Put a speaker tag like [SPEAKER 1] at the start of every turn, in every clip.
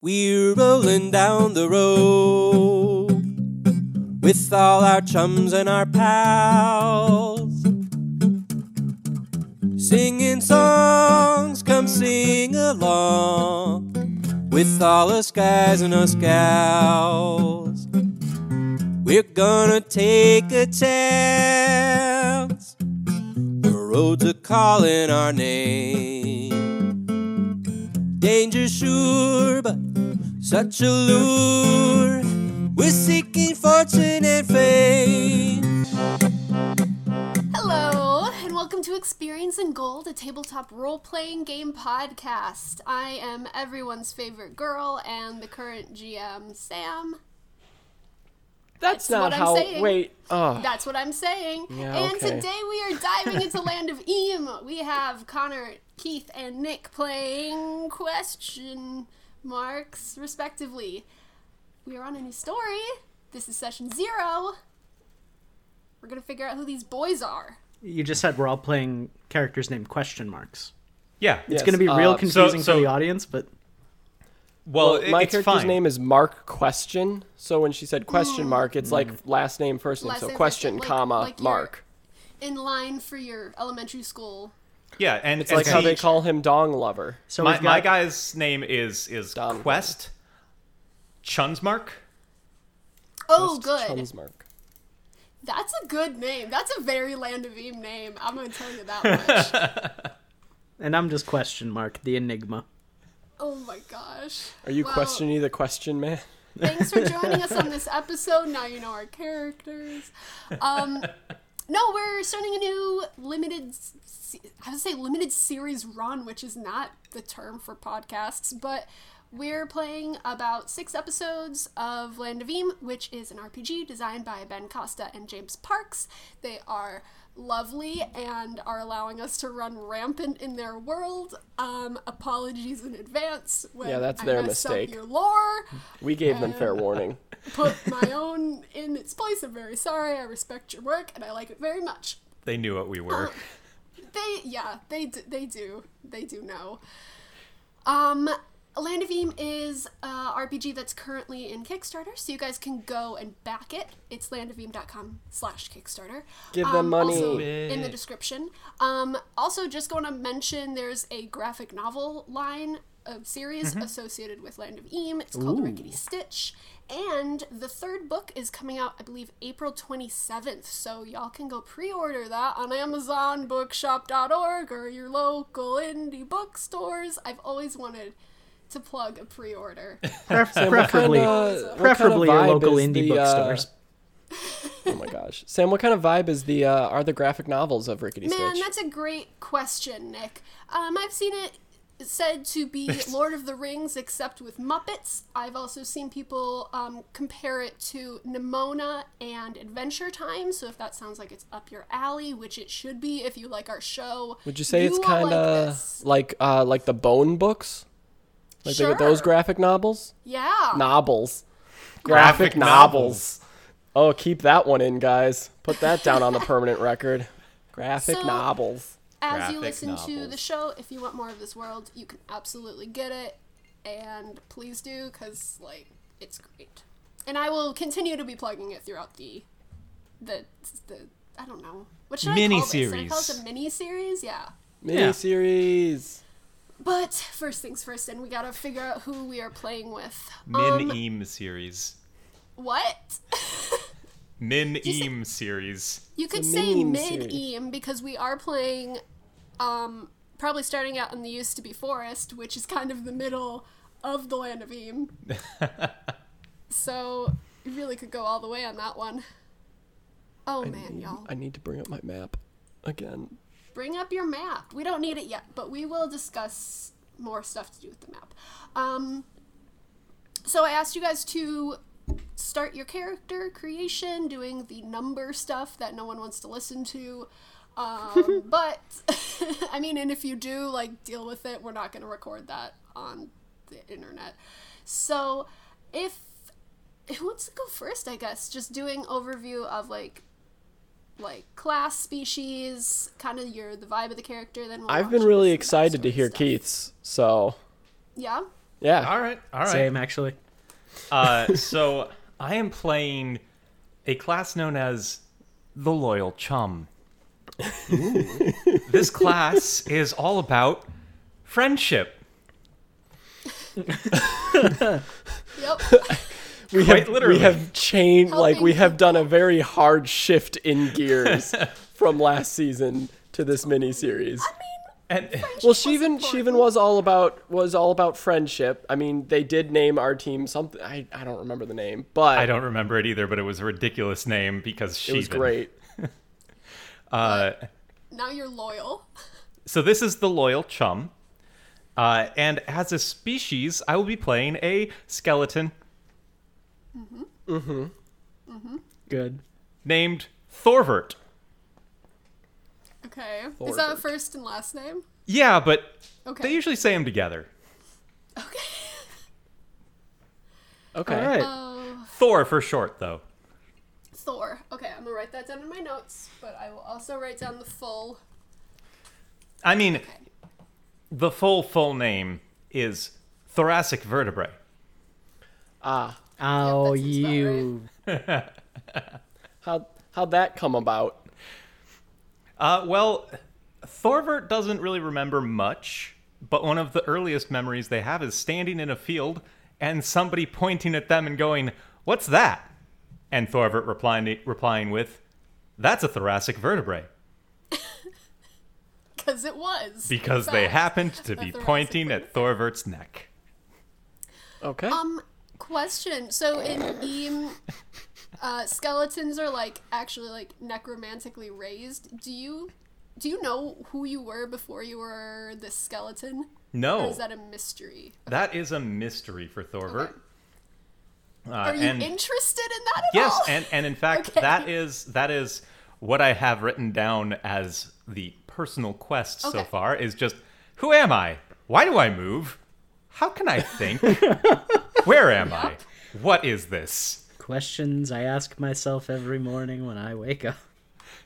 [SPEAKER 1] We're rolling down the road with all our chums and our pals. Singing songs, come sing along with all us guys and us gals. We're gonna take a chance. The roads are calling our name. Danger sure, but such a lure. We're seeking fortune and fame.
[SPEAKER 2] Hello, and welcome to Experience in Gold, a tabletop role playing game podcast. I am everyone's favorite girl and the current GM, Sam.
[SPEAKER 3] That's,
[SPEAKER 2] That's
[SPEAKER 3] not
[SPEAKER 2] what I'm
[SPEAKER 3] how.
[SPEAKER 2] saying.
[SPEAKER 3] Wait. Oh,
[SPEAKER 2] That's what I'm saying.
[SPEAKER 3] Yeah,
[SPEAKER 2] and
[SPEAKER 3] okay.
[SPEAKER 2] today we are diving into Land of Eam. We have Connor, Keith, and Nick playing question marks, respectively. We are on a new story. This is session zero. We're going to figure out who these boys are.
[SPEAKER 4] You just said we're all playing characters named question marks.
[SPEAKER 5] Yeah.
[SPEAKER 4] It's going to be real
[SPEAKER 3] uh, so-
[SPEAKER 4] confusing
[SPEAKER 5] so-
[SPEAKER 4] for the audience, but
[SPEAKER 5] Well,
[SPEAKER 3] well,
[SPEAKER 5] it-
[SPEAKER 3] my
[SPEAKER 5] it's
[SPEAKER 3] character's
[SPEAKER 5] fine.
[SPEAKER 3] name is Mark Question. So when she said question mark, it's like last name first
[SPEAKER 2] Mm.
[SPEAKER 3] name.
[SPEAKER 2] Last
[SPEAKER 3] so
[SPEAKER 2] name, first
[SPEAKER 3] question
[SPEAKER 2] name, like-
[SPEAKER 3] comma
[SPEAKER 2] like your-
[SPEAKER 3] Mark.
[SPEAKER 2] In line for your elementary school
[SPEAKER 5] Yeah, and
[SPEAKER 3] It's like how they call him Dong Lover.
[SPEAKER 4] so
[SPEAKER 5] my,
[SPEAKER 4] we've
[SPEAKER 5] my
[SPEAKER 4] got
[SPEAKER 5] guy's name is is
[SPEAKER 3] Dom.
[SPEAKER 5] Quest Chunsmark.
[SPEAKER 2] Oh,
[SPEAKER 3] Just
[SPEAKER 2] good.
[SPEAKER 3] Chumsmark.
[SPEAKER 2] That's a good name. That's a very Land of Eve name. I'm going to tell you that much.
[SPEAKER 4] and I'm just question mark the enigma.
[SPEAKER 2] oh my gosh.
[SPEAKER 3] Are you
[SPEAKER 2] Well,
[SPEAKER 3] questioning the question man?
[SPEAKER 2] Thanks for joining us on this episode. Now you know our characters. Um, no, we're starting a new limited. s- se- I would say limited series run, which is not the term for podcasts, but we're playing about six episodes of Land of Eam, which is an RPG designed by Ben Costa and James Parks. They are lovely and are allowing us to run rampant in their world. Um, apologies in advance when
[SPEAKER 3] Yeah, that's
[SPEAKER 2] I
[SPEAKER 3] their
[SPEAKER 2] messed up
[SPEAKER 3] mistake.
[SPEAKER 2] your lore
[SPEAKER 3] We gave them
[SPEAKER 2] Uh,
[SPEAKER 3] fair warning.
[SPEAKER 2] put my own in its place. I'm very sorry. I respect your work and I like it very much.
[SPEAKER 5] They knew what we were.
[SPEAKER 2] They, yeah, they d- they do, they do know. Um, Land of Eam is a RPG that's currently in Kickstarter, so you guys can go and back it. It's landofeam.com slash Kickstarter.
[SPEAKER 3] Give them
[SPEAKER 2] Um,
[SPEAKER 3] money.
[SPEAKER 2] also in the description. Um, also, just going to mention there's a graphic novel line of series associated with Land of Eam. It's called Rickety Stitch. And the third book is coming out, I believe, April 27th. So y'all can go pre order that on Amazon, bookshop.org, or your local indie bookstores. I've always wanted to plug a pre order.
[SPEAKER 4] Pref-
[SPEAKER 3] What
[SPEAKER 4] preferably,
[SPEAKER 3] kinda- what kinda
[SPEAKER 4] preferably your
[SPEAKER 3] vibe
[SPEAKER 4] local
[SPEAKER 3] is
[SPEAKER 4] indie
[SPEAKER 3] the, uh,
[SPEAKER 4] bookstores.
[SPEAKER 3] oh my gosh, Sam, what kind of vibe is the uh, are the graphic novels of Rickety
[SPEAKER 2] Man,
[SPEAKER 3] Stitch?
[SPEAKER 2] that's a great question, Nick. Um, I've seen it said to be Lord of the Rings, except with Muppets. I've also seen people um, compare it to Nimona and Adventure Time. So if that sounds like it's up your alley, which it should be if you like our show,
[SPEAKER 3] Would you say it's
[SPEAKER 2] will like
[SPEAKER 3] kind of
[SPEAKER 2] this.
[SPEAKER 3] like uh, like the Bone books? Like they get those
[SPEAKER 2] Sure.
[SPEAKER 3] graphic novels?
[SPEAKER 2] yeah.
[SPEAKER 3] novels.
[SPEAKER 5] Graphic
[SPEAKER 3] Graphic novels. Oh, keep that one in, guys. Put that down on the permanent record. Graphic
[SPEAKER 2] So-
[SPEAKER 3] novels.
[SPEAKER 2] As you
[SPEAKER 5] graphic
[SPEAKER 2] listen to the
[SPEAKER 5] novels.
[SPEAKER 2] show, if you want more of this world, you can absolutely get it, and please do because like it's great. And I will continue to be plugging it throughout the, the the I don't know what should I call this? Should I call this a
[SPEAKER 5] Miniseries.
[SPEAKER 2] mini series? Yeah.
[SPEAKER 3] Mini series.
[SPEAKER 2] But first things first, and we gotta figure out who we are playing with.
[SPEAKER 5] Min Eam series.
[SPEAKER 2] What?
[SPEAKER 5] Min Eam series.
[SPEAKER 2] You could
[SPEAKER 3] a
[SPEAKER 2] say
[SPEAKER 3] meme
[SPEAKER 2] mid
[SPEAKER 3] series.
[SPEAKER 2] eam because we are playing, um, probably starting out in the used to be forest, which is kind of the middle of the land of eam. so you really could go all the way on that one. Oh man, y'all!
[SPEAKER 3] I need to bring up my map again.
[SPEAKER 2] Bring up your map. We don't need it yet, but we will discuss more stuff to do with the map. Um, so I asked you guys to start your character creation, doing the number stuff that no one wants to listen to. Um, but I mean, and if you do, like, deal with it. We're not going to record that on the internet. So, if who wants to go first? I guess just doing overview of like, like class, species, kind of your the vibe of the character. Then we'll
[SPEAKER 3] I've
[SPEAKER 2] launch
[SPEAKER 3] been
[SPEAKER 2] into
[SPEAKER 3] really
[SPEAKER 2] some
[SPEAKER 3] excited to
[SPEAKER 2] backstory
[SPEAKER 3] hear
[SPEAKER 2] stuff.
[SPEAKER 3] Keith's, so
[SPEAKER 2] Yeah.
[SPEAKER 3] Yeah.
[SPEAKER 5] All right. All right.
[SPEAKER 4] Same, actually.
[SPEAKER 5] Uh, so I am playing a class known as the Loyal Chum. this class is all about friendship.
[SPEAKER 2] Yep.
[SPEAKER 3] we
[SPEAKER 5] Quite
[SPEAKER 3] have,
[SPEAKER 5] literally.
[SPEAKER 3] We have changed, like, we
[SPEAKER 2] Helping
[SPEAKER 3] have done a very hard shift in gears from last season to this mini series.
[SPEAKER 5] And
[SPEAKER 3] Well, she even she even was all about was all about friendship. I mean, they did name our team something. I, I don't remember the name, but
[SPEAKER 5] I don't remember it either, but it was a ridiculous name because she
[SPEAKER 3] it was great.
[SPEAKER 5] Uh,
[SPEAKER 2] now you're loyal.
[SPEAKER 5] so this is the Loyal Chum. Uh, and as a species, I will be playing a skeleton
[SPEAKER 4] Good.
[SPEAKER 5] named Thorvert.
[SPEAKER 2] Okay. Is that a
[SPEAKER 3] Forward.
[SPEAKER 2] first and last name?
[SPEAKER 5] Yeah, but
[SPEAKER 2] Okay.
[SPEAKER 5] they usually say them together.
[SPEAKER 2] okay.
[SPEAKER 3] Okay.
[SPEAKER 4] All
[SPEAKER 3] Oh,
[SPEAKER 4] right.
[SPEAKER 5] Thor for short, though.
[SPEAKER 2] Thor. Okay, I'm gonna write that down in my notes, but I will also write down the full.
[SPEAKER 5] I mean, the full full name is thoracic vertebrae.
[SPEAKER 3] Ah,
[SPEAKER 4] oh,
[SPEAKER 2] that seems about
[SPEAKER 4] you.
[SPEAKER 3] how how'd that come about?
[SPEAKER 5] Uh, well, Thorvert doesn't really remember much, but one of the earliest memories they have is standing in a field and somebody pointing at them and going, "What's that?" And Thorvert replying replying with, "That's a thoracic vertebrae,"
[SPEAKER 2] Because it was.
[SPEAKER 5] because
[SPEAKER 2] in
[SPEAKER 5] they
[SPEAKER 2] fact,
[SPEAKER 5] happened
[SPEAKER 2] a
[SPEAKER 5] to be
[SPEAKER 2] thoracic
[SPEAKER 5] pointing
[SPEAKER 2] vertebrae.
[SPEAKER 5] at Thorvert's neck.
[SPEAKER 3] Okay.
[SPEAKER 2] Um, question. So in Eam, uh, skeletons are like actually like necromantically raised. Do you do you know who you were before you were this skeleton? Or
[SPEAKER 5] No,
[SPEAKER 2] is that a mystery?
[SPEAKER 5] that is a mystery for Thorvert. Uh,
[SPEAKER 2] Are you
[SPEAKER 5] and-
[SPEAKER 2] interested in that at
[SPEAKER 5] Yes,
[SPEAKER 2] all?
[SPEAKER 5] and and in fact,
[SPEAKER 2] Oh, Okay.
[SPEAKER 5] that is that is what I have written down as the personal quest so
[SPEAKER 2] Okay.
[SPEAKER 5] far is just who am I? Why do I move? How can I think? Where am I? What is this?
[SPEAKER 4] Questions I ask myself every morning when I wake up.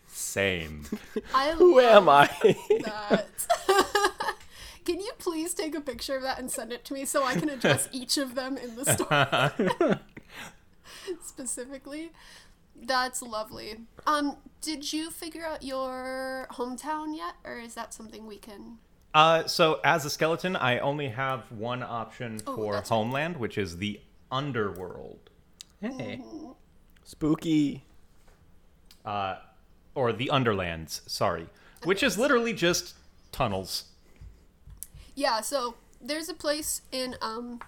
[SPEAKER 5] Same.
[SPEAKER 2] I
[SPEAKER 3] Who am I?
[SPEAKER 2] that. can you please take a picture of that and send it to me so I can address each of them in the story specifically? That's lovely. Um, did you figure out your hometown yet, or is that something we can?
[SPEAKER 5] Uh, so as a skeleton, I only have one option for
[SPEAKER 2] Oh, that's right.
[SPEAKER 5] homeland, which is the underworld
[SPEAKER 4] Hey.
[SPEAKER 3] Spooky.
[SPEAKER 5] or the underlands. Sorry, which is literally just tunnels.
[SPEAKER 2] Yeah, so there's a place in um,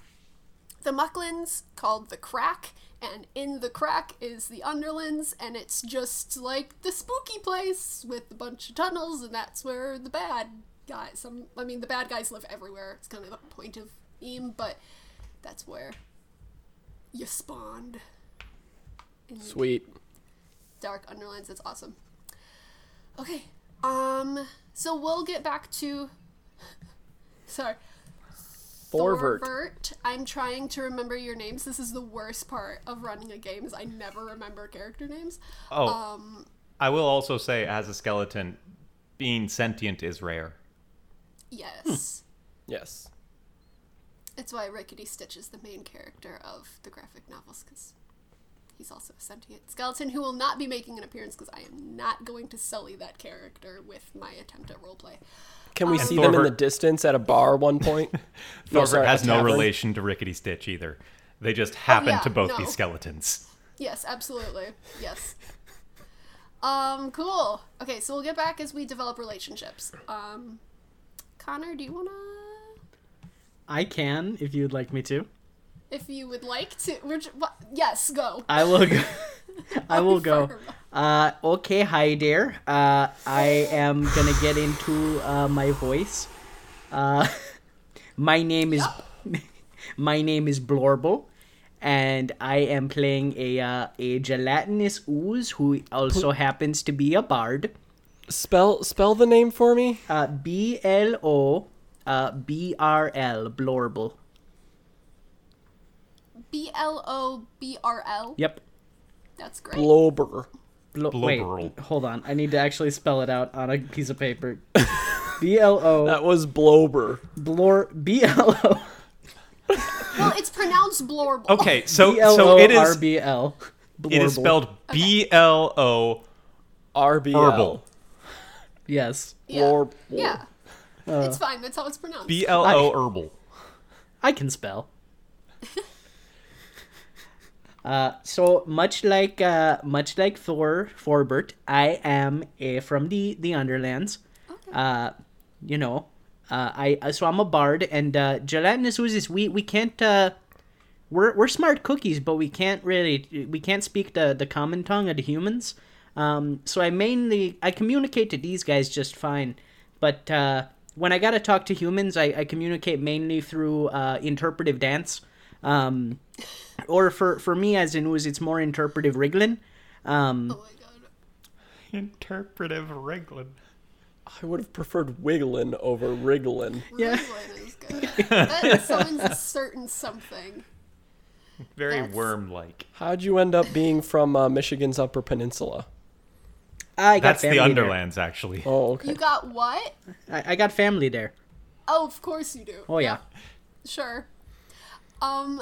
[SPEAKER 2] the Mucklands called the Crack, and in the Crack is the Underlands, and it's just like the spooky place with a bunch of tunnels, and that's where the bad guys. Some, I mean, the bad guys live everywhere. It's kind of the point of Eam, but that's where you spawned.
[SPEAKER 3] Sweet.
[SPEAKER 2] Dark Underlands. That's awesome. Okay. Um. So we'll get back to. Sorry.
[SPEAKER 3] Thorvert.
[SPEAKER 2] Thorvert. I'm trying to remember your names. This is the worst part of running a game is I never remember character names.
[SPEAKER 5] Oh,
[SPEAKER 2] Um,
[SPEAKER 5] I will also say, as a skeleton, being sentient is rare.
[SPEAKER 2] Yes.
[SPEAKER 3] Yes.
[SPEAKER 2] It's why Rickety Stitch is the main character of the graphic novels because he's also a sentient skeleton who will not be making an appearance because I am not going to sully that character with my attempt at roleplay.
[SPEAKER 3] Can we
[SPEAKER 2] And
[SPEAKER 3] see them in the
[SPEAKER 5] Thorvert-
[SPEAKER 3] distance at a bar one point? No,
[SPEAKER 5] Thorvert
[SPEAKER 3] Oh, sorry,
[SPEAKER 5] has
[SPEAKER 3] a
[SPEAKER 5] no
[SPEAKER 3] tavern.
[SPEAKER 5] relation to Rickety Stitch either. They just happen
[SPEAKER 2] yeah,
[SPEAKER 5] to both
[SPEAKER 2] no.
[SPEAKER 5] be skeletons.
[SPEAKER 2] Yes, absolutely. Yes. Um, cool. Okay, so we'll get back as we develop relationships. Um, Connor, do you wanna,
[SPEAKER 4] I can, if you'd like me to.
[SPEAKER 2] if you would like to? We're ju- wha- yes, go.
[SPEAKER 4] I will go. I will go. Uh, okay, hi there. Uh, I am gonna get into uh, my voice. Uh, my name is my name is Blorble, and I am playing a uh, a gelatinous ooze who also happens to be a bard.
[SPEAKER 3] Spell spell the name for me.
[SPEAKER 4] Uh, B L O uh, B R L Blorble.
[SPEAKER 2] B L O B R L.
[SPEAKER 4] Yep.
[SPEAKER 2] That's great.
[SPEAKER 3] Blober.
[SPEAKER 4] Blo-
[SPEAKER 5] Blorble.
[SPEAKER 4] Wait, hold on. I need to actually spell it out on a piece of paper. B L O
[SPEAKER 3] That was Blober.
[SPEAKER 4] Blor B L O
[SPEAKER 2] pronounced blorble.
[SPEAKER 5] Okay, so so it is
[SPEAKER 4] B-L-O-R-B-L.
[SPEAKER 5] it is
[SPEAKER 4] Blorble.
[SPEAKER 5] spelled B L O
[SPEAKER 3] RBL.
[SPEAKER 5] herbal.
[SPEAKER 4] Yes.
[SPEAKER 2] Yeah.
[SPEAKER 3] Blorble.
[SPEAKER 2] Yeah.
[SPEAKER 4] Uh.
[SPEAKER 2] it's fine. That's how it's pronounced.
[SPEAKER 5] B L O herbal.
[SPEAKER 4] I can spell. uh, so much like uh, much like Thor Forbert, I am a, from the the Underlands. Uh, you know, uh, I uh, so I'm a bard, and uh, gelatinous oozes. We we can't. Uh, we're we're smart cookies, but we can't really we can't speak the the common tongue of the humans. Um, so I mainly I communicate to these guys just fine, but uh, when I gotta talk to humans, I, I communicate mainly through uh, interpretive dance. Um, or for for me as in Ooze, it's more interpretive wriggling. Um,
[SPEAKER 2] Oh my god.
[SPEAKER 5] Interpretive Reglan.
[SPEAKER 3] I would have preferred Wiggling over Wriggling.
[SPEAKER 4] Yeah.
[SPEAKER 2] Ritalin is good. That summons a certain something.
[SPEAKER 5] Very
[SPEAKER 2] That's-
[SPEAKER 5] worm like.
[SPEAKER 3] How'd you end up being from uh, Michigan's Upper Peninsula?
[SPEAKER 4] I got
[SPEAKER 5] That's the
[SPEAKER 4] family there.
[SPEAKER 5] Underlands, actually.
[SPEAKER 3] Oh, okay.
[SPEAKER 2] You got what?
[SPEAKER 4] I, I got family there.
[SPEAKER 2] Oh, of course you do.
[SPEAKER 4] Oh yeah,
[SPEAKER 2] Sure. Um,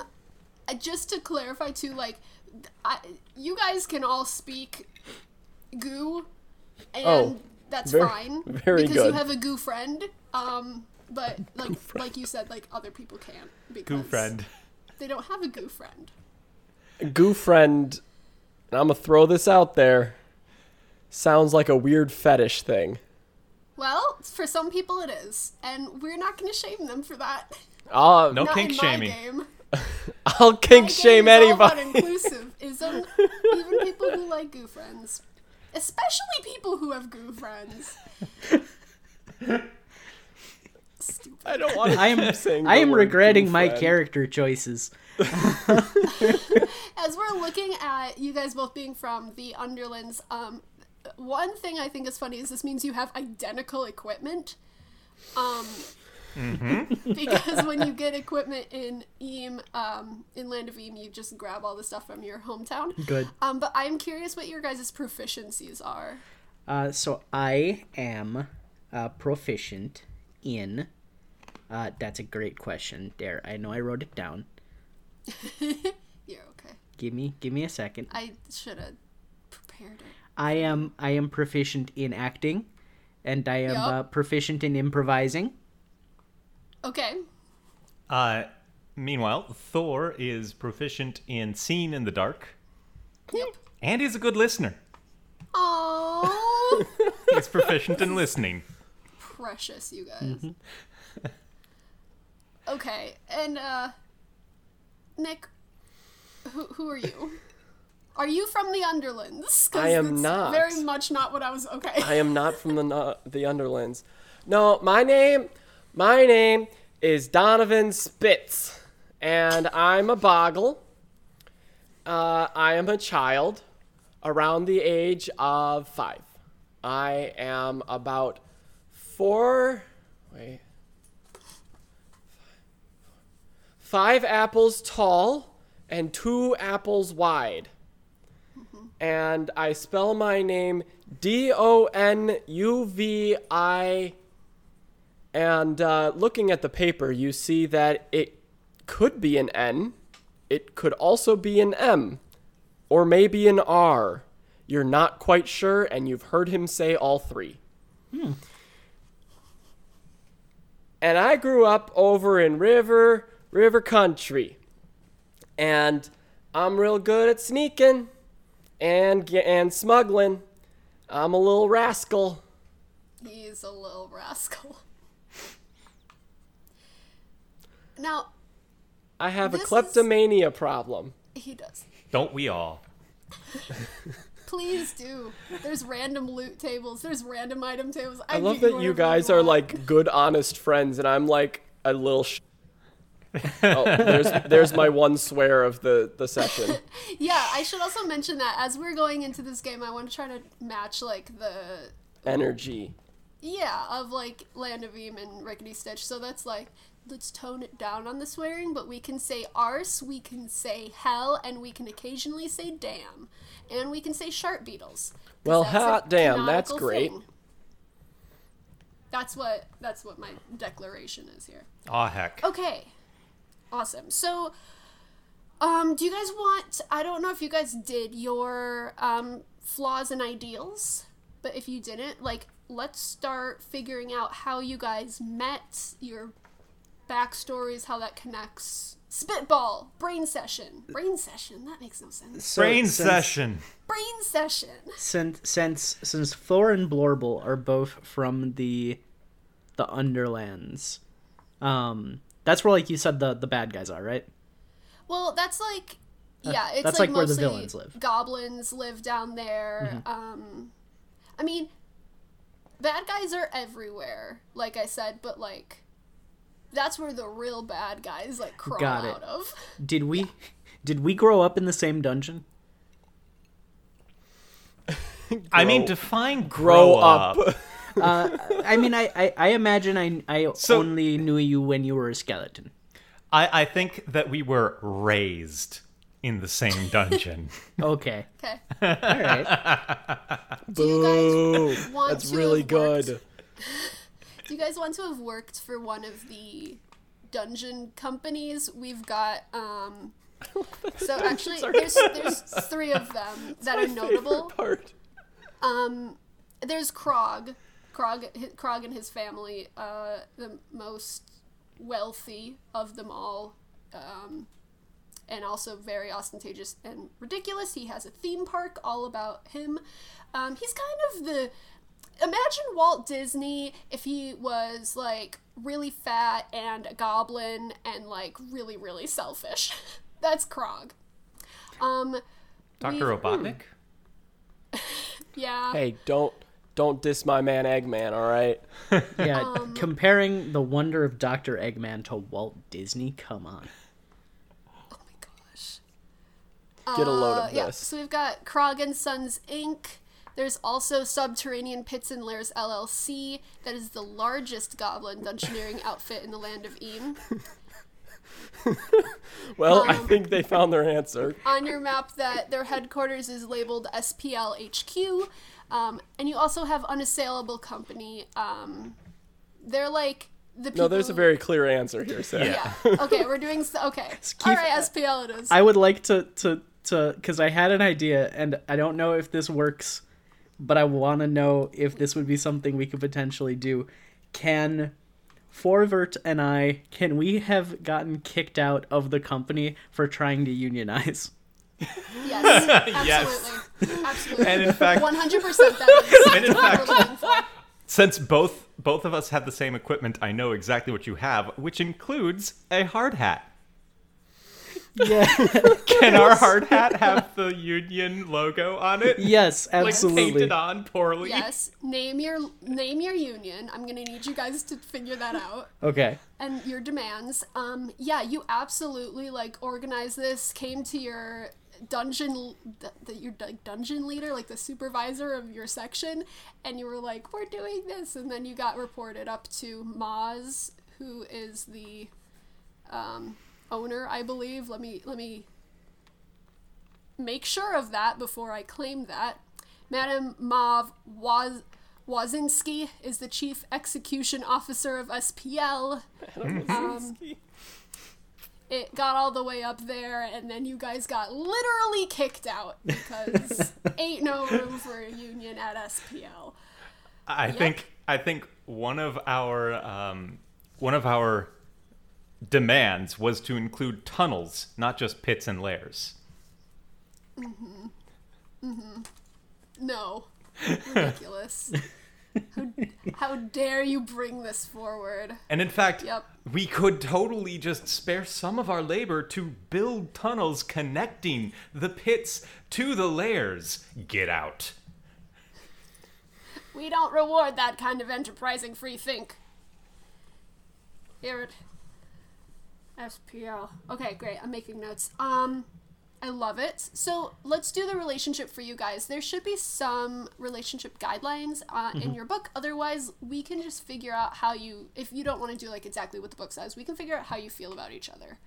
[SPEAKER 2] uh, just to clarify too, like, th- I, you guys can all speak goo, and
[SPEAKER 3] Oh,
[SPEAKER 2] that's
[SPEAKER 3] very-
[SPEAKER 2] fine
[SPEAKER 3] very
[SPEAKER 2] because you
[SPEAKER 3] good.
[SPEAKER 2] have a goo friend. Um, but like like you said, like other people can't because
[SPEAKER 5] Goo friend.
[SPEAKER 2] they don't have a goo friend.
[SPEAKER 3] Goo friend, and I'm gonna throw this out there. Sounds like a weird fetish thing.
[SPEAKER 2] Well, for some people it is, and we're not going to shame them for that.
[SPEAKER 3] I'll,
[SPEAKER 5] No
[SPEAKER 2] Not
[SPEAKER 5] kink
[SPEAKER 2] in
[SPEAKER 5] shaming.
[SPEAKER 2] My game.
[SPEAKER 3] I'll kink
[SPEAKER 2] My game
[SPEAKER 3] shame
[SPEAKER 2] is all about
[SPEAKER 3] anybody.
[SPEAKER 2] inclusivism, even people who like goo friends, especially people who have goo friends.
[SPEAKER 3] I don't want to
[SPEAKER 4] I am
[SPEAKER 3] saying
[SPEAKER 4] I
[SPEAKER 3] the
[SPEAKER 4] am
[SPEAKER 3] word
[SPEAKER 4] regretting
[SPEAKER 3] goo
[SPEAKER 4] my
[SPEAKER 3] friend.
[SPEAKER 4] character choices.
[SPEAKER 2] As we're looking at you guys both being from the Underlands, um, one thing I think is funny is this means you have identical equipment. Um,
[SPEAKER 3] Mm-hmm.
[SPEAKER 2] because when you get equipment in Eam, um, in Land of Eam, you just grab all the stuff from your hometown.
[SPEAKER 4] Good.
[SPEAKER 2] Um, but I'm curious what your guys' proficiencies are.
[SPEAKER 4] Uh, so I am uh, proficient in. Uh, that's a great question. There, I know I wrote it down.
[SPEAKER 2] You're okay.
[SPEAKER 4] Give me, give me a second.
[SPEAKER 2] I should have prepared it.
[SPEAKER 4] I am, I am proficient in acting, and I am
[SPEAKER 2] Yup.
[SPEAKER 4] uh, proficient in improvising.
[SPEAKER 2] Okay.
[SPEAKER 5] Uh, meanwhile, Thor is proficient in seeing in the dark,
[SPEAKER 2] Yep.
[SPEAKER 5] and he's a good listener.
[SPEAKER 2] Oh,
[SPEAKER 5] He's proficient in listening.
[SPEAKER 2] precious, you guys.
[SPEAKER 3] Mm-hmm.
[SPEAKER 2] okay, and uh, Nick, who who are you? Are you from the Underlands? 'Cause
[SPEAKER 3] I am
[SPEAKER 2] that's
[SPEAKER 3] not.
[SPEAKER 2] Very much not what I was. Okay.
[SPEAKER 3] I am not from the nu- the Underlands. No, my name, my name is Donovan Spitz, and I'm a boggle. Uh, I am a child, around the age of five. I am about four, wait, five apples tall and two apples wide and I spell my name D O N U V I. And uh, looking at the paper, you see that it could be an N, it could also be an M, or maybe an R. You're not quite sure, and you've heard him say all three. And I grew up over in River, River Country. And I'm real good at sneaking and ge- and smuggling. I'm a little rascal.
[SPEAKER 2] He's a little rascal. Now
[SPEAKER 3] I have
[SPEAKER 2] This
[SPEAKER 3] a
[SPEAKER 2] is-
[SPEAKER 3] kleptomania problem.
[SPEAKER 2] he does.
[SPEAKER 5] Don't we all?
[SPEAKER 2] Please do. There's random loot tables. There's random item tables.
[SPEAKER 3] I
[SPEAKER 2] give
[SPEAKER 3] love that
[SPEAKER 2] whatever
[SPEAKER 3] you guys are
[SPEAKER 2] want.
[SPEAKER 3] like good, honest friends, and I'm like a little. Sh- oh, there's there's my one swear of the the session.
[SPEAKER 2] Yeah, I should also mention that as we're going into this game, I want to try to match like the
[SPEAKER 3] Energy.
[SPEAKER 2] yeah of like Land of Eam and Rickety Stitch. So that's like let's tone it down on the swearing, but we can say arse, we can say hell, and we can occasionally say damn, and we can say sharp beetles. 'Cause
[SPEAKER 3] Well,
[SPEAKER 2] that's a
[SPEAKER 3] hot Oh, damn, that's
[SPEAKER 2] canonical
[SPEAKER 3] great.
[SPEAKER 2] thing. That's what that's what my declaration is here.
[SPEAKER 5] Ah, heck.
[SPEAKER 2] Okay. Awesome. So Um, do you guys want? I don't know if you guys did your um, flaws and ideals, but if you didn't, like, let's start figuring out how you guys met, your backstories, how that connects. Spitball, brain session, brain session. That makes no sense.
[SPEAKER 4] So
[SPEAKER 5] Brain
[SPEAKER 4] since-
[SPEAKER 5] session.
[SPEAKER 2] Brain session.
[SPEAKER 4] Since since since Thor and Blorble are both from the the Underlands, um, that's where like you said the the bad guys are, right?
[SPEAKER 2] Well, that's like, yeah, it's
[SPEAKER 4] Uh, that's
[SPEAKER 2] like,
[SPEAKER 4] like where the
[SPEAKER 2] mostly
[SPEAKER 4] villains live. Mm-hmm.
[SPEAKER 2] goblins live down there. Um, I mean, bad guys are everywhere, like I said, but like, that's where the real bad guys like crawl
[SPEAKER 4] Got it.
[SPEAKER 2] out of.
[SPEAKER 4] Did we did we grow up in the same dungeon?
[SPEAKER 5] I mean,
[SPEAKER 3] Grow-
[SPEAKER 5] define
[SPEAKER 3] Grow up.
[SPEAKER 4] Uh, I mean, I I, I imagine I I
[SPEAKER 5] So-
[SPEAKER 4] only knew you when you were a skeleton.
[SPEAKER 5] I, I think that we were raised in the same dungeon.
[SPEAKER 4] Okay,
[SPEAKER 2] Okay.
[SPEAKER 4] all right.
[SPEAKER 2] Do you guys
[SPEAKER 3] Ooh,
[SPEAKER 2] want
[SPEAKER 3] that's
[SPEAKER 2] to
[SPEAKER 3] really
[SPEAKER 2] have worked-
[SPEAKER 3] good.
[SPEAKER 2] Do you guys want to have worked for one of the dungeon companies? We've got um so actually there's there's three of them that are notable.
[SPEAKER 3] Part.
[SPEAKER 2] There's Krog. Krog hi- Krog and his family, uh the most wealthy of them all. Um and also very ostentatious and ridiculous. He has a theme park all about him. Um, he's kind of the imagine Walt Disney if he was like really fat and a goblin and like really really selfish. That's Krog. Um,
[SPEAKER 5] Dr.
[SPEAKER 2] We've-
[SPEAKER 5] Robotnik?
[SPEAKER 2] yeah.
[SPEAKER 3] Hey, don't don't diss my man Eggman, all right?
[SPEAKER 4] Yeah, comparing the wonder of Doctor Eggman to Walt Disney. Come on.
[SPEAKER 2] Oh my gosh.
[SPEAKER 3] Get a load
[SPEAKER 2] Uh,
[SPEAKER 3] of
[SPEAKER 2] yeah.
[SPEAKER 3] this.
[SPEAKER 2] So we've got Krog and Sons Inc. There's also Subterranean Pits and Lairs LLC. That is the largest goblin dungeoneering outfit in the land of Eam.
[SPEAKER 3] Well, I
[SPEAKER 2] Um,
[SPEAKER 3] think they found their answer.
[SPEAKER 2] on your map that their headquarters is labeled SPL HQ. Um, and you also have Unassailable Company. Um, they're like the people.
[SPEAKER 3] No, there's a very clear answer here, Sam.
[SPEAKER 2] Yeah. okay, we're doing. s okay. All right, SPL it is.
[SPEAKER 4] I would like to to to because I had an idea and I don't know if this works, but I want to know if this would be something we could potentially do. Can Forvert and I can we have gotten kicked out of the company for trying to unionize?
[SPEAKER 2] yes.
[SPEAKER 5] Yes.
[SPEAKER 2] Absolutely. Absolutely.
[SPEAKER 5] And in fact-
[SPEAKER 2] 100% that is
[SPEAKER 5] And in
[SPEAKER 2] what we're
[SPEAKER 5] fact,
[SPEAKER 2] looking for.
[SPEAKER 5] since both both of us have the same equipment, I know exactly what you have, which includes a hard hat.
[SPEAKER 4] Yeah.
[SPEAKER 5] Can our hard hat have the union logo on it?
[SPEAKER 4] yes,
[SPEAKER 5] Like
[SPEAKER 4] absolutely.
[SPEAKER 5] painted on poorly.
[SPEAKER 2] Yes. Name your name your union. I'm gonna need you guys to figure that out.
[SPEAKER 4] okay.
[SPEAKER 2] and your demands. Um, yeah, you absolutely like organized this. Came to your dungeon, the, the, your like dungeon leader, like the supervisor of your section, and you were like, "We're doing this," and then you got reported up to Moz, who is the um, owner, I believe. Let me let me make sure of that before I claim that. Madame Mav Waz- Wazinski is the chief execution officer of SPL. Um, it got all the way up there, and then you guys got literally kicked out because ain't no room for a union at SPL.
[SPEAKER 5] I think I think one of our um, one of our demands was to include tunnels, not just pits and lairs.
[SPEAKER 2] No, ridiculous. how, how dare you bring this forward?
[SPEAKER 5] And in fact,
[SPEAKER 2] Yep.
[SPEAKER 5] we could totally just spare some of our labor to build tunnels connecting the pits to the lairs. Get out.
[SPEAKER 2] We don't reward that kind of enterprising free think. Here it. SPL. Okay, great. I'm making notes. Um, I love it. So let's do the relationship for you guys. There should be some relationship guidelines uh, in your book. Otherwise, we can just figure out how you, if you don't want to do like exactly what the book says, we can figure out how you feel about each other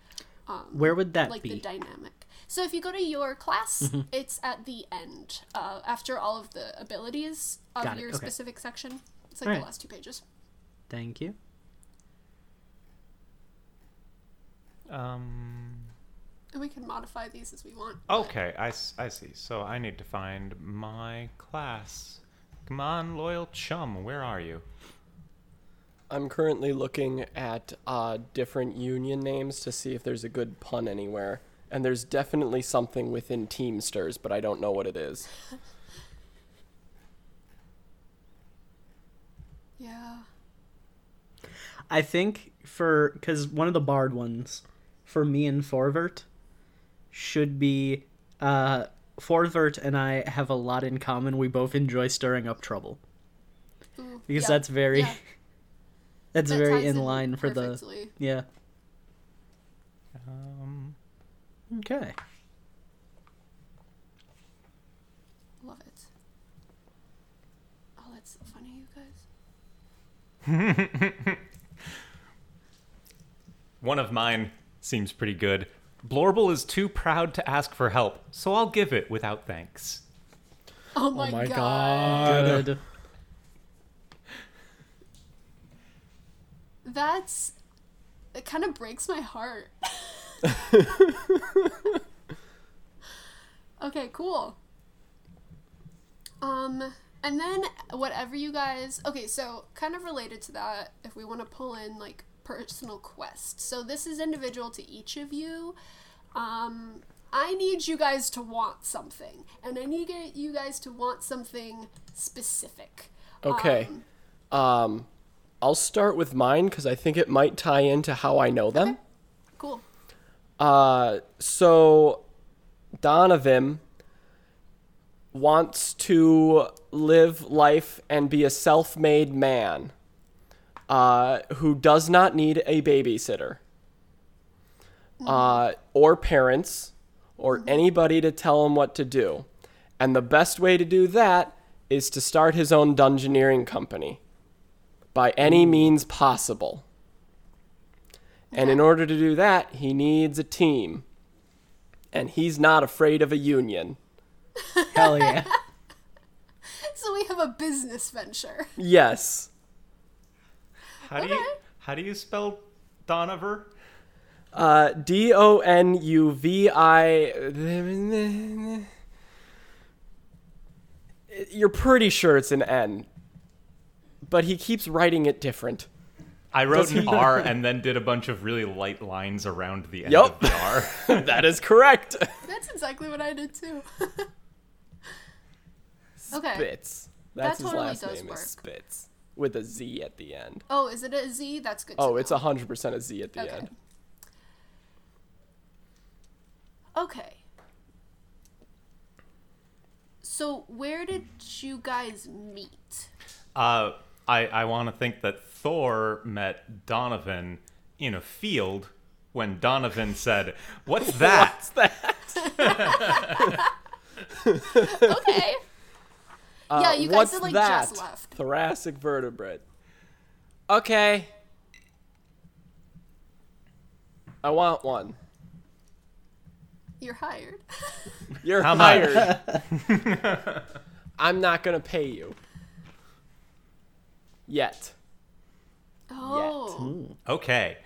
[SPEAKER 4] Where would that
[SPEAKER 2] like
[SPEAKER 4] be?
[SPEAKER 2] the dynamic. So if you go to your class,
[SPEAKER 4] Mm-hmm.
[SPEAKER 2] it's at the end uh, after all of the abilities of
[SPEAKER 4] Got it,
[SPEAKER 2] your
[SPEAKER 4] okay.
[SPEAKER 2] specific section. It's like
[SPEAKER 4] Alright.
[SPEAKER 2] the last two pages.
[SPEAKER 4] Thank you.
[SPEAKER 5] Um,
[SPEAKER 2] It we can modify these as we want.
[SPEAKER 5] Okay, I, s- I see. So I need to find my class. Come on, loyal chum, where are you?
[SPEAKER 3] I'm currently looking at uh, different union names to see if there's a good pun anywhere. And there's definitely something within Teamsters, but I don't know what it is.
[SPEAKER 2] Yeah.
[SPEAKER 4] I think for because one of the barred ones for me and Forvert should be uh Forvert and I have a lot in common. We both enjoy stirring up trouble
[SPEAKER 2] Ooh,
[SPEAKER 4] because
[SPEAKER 2] yeah.
[SPEAKER 4] that's very
[SPEAKER 2] Yeah.
[SPEAKER 4] that's
[SPEAKER 2] That
[SPEAKER 4] very
[SPEAKER 2] ties
[SPEAKER 4] in line for the
[SPEAKER 2] perfectly.
[SPEAKER 4] yeah.
[SPEAKER 5] Um,
[SPEAKER 4] Okay.
[SPEAKER 2] Love it. Oh, that's so funny, you guys.
[SPEAKER 5] one of mine seems pretty good. Blorble is too proud to ask for help, so I'll give it without thanks.
[SPEAKER 2] Oh my,
[SPEAKER 3] my
[SPEAKER 2] god.
[SPEAKER 4] Good.
[SPEAKER 2] That's. It kind of breaks my heart. okay, cool. Um, and then whatever you guys. Okay, so kind of related to that, if we want to pull in like personal quests. So this is individual to each of you. Um, I need you guys to want something, and I need you guys to want something specific.
[SPEAKER 3] Okay.
[SPEAKER 2] Um,
[SPEAKER 3] Um, I'll start with mine because I think it might tie into how I know them.
[SPEAKER 2] cool.
[SPEAKER 3] Uh, so Donovan wants to live life and be a self-made man uh, who does not need a babysitter uh, or parents or anybody to tell him what to do. And the best way to do that is to start his own dungeoneering company by any means possible. And in order to do that, he needs a team. And he's not afraid of a union.
[SPEAKER 4] Hell yeah.
[SPEAKER 2] So we have a business venture.
[SPEAKER 3] Yes.
[SPEAKER 5] How do you how do you spell Donover?
[SPEAKER 3] Uh, D O N U V I. You're pretty sure it's an N. But he keeps writing it different.
[SPEAKER 5] I wrote
[SPEAKER 3] Does
[SPEAKER 5] an
[SPEAKER 3] he-
[SPEAKER 5] R and then did a bunch of really light lines around the end
[SPEAKER 3] Yup.
[SPEAKER 5] of the R.
[SPEAKER 3] that is correct.
[SPEAKER 2] That's exactly what I did too. okay.
[SPEAKER 3] Spitz. That's his
[SPEAKER 2] totally
[SPEAKER 3] last
[SPEAKER 2] does
[SPEAKER 3] name
[SPEAKER 2] work.
[SPEAKER 3] is Spitz. With a Z at the end.
[SPEAKER 2] Oh, is it a Z? That's good. to
[SPEAKER 3] Oh, it's
[SPEAKER 2] know.
[SPEAKER 3] 100% a Z at the
[SPEAKER 2] Okay.
[SPEAKER 3] end.
[SPEAKER 2] Okay. So where did you guys meet?
[SPEAKER 5] Uh, I, I want to think that Thor met Donovan in a field when Donovan said, What's that?
[SPEAKER 3] What's that?
[SPEAKER 2] Okay. yeah,
[SPEAKER 3] Uh,
[SPEAKER 2] you guys
[SPEAKER 3] what's
[SPEAKER 2] had like
[SPEAKER 3] that?
[SPEAKER 2] just left.
[SPEAKER 3] Thoracic vertebrate. Okay. I want one.
[SPEAKER 2] You're hired.
[SPEAKER 3] You're
[SPEAKER 5] How much?
[SPEAKER 3] hired. I'm not gonna pay you. Yet.
[SPEAKER 2] Oh.
[SPEAKER 5] Okay.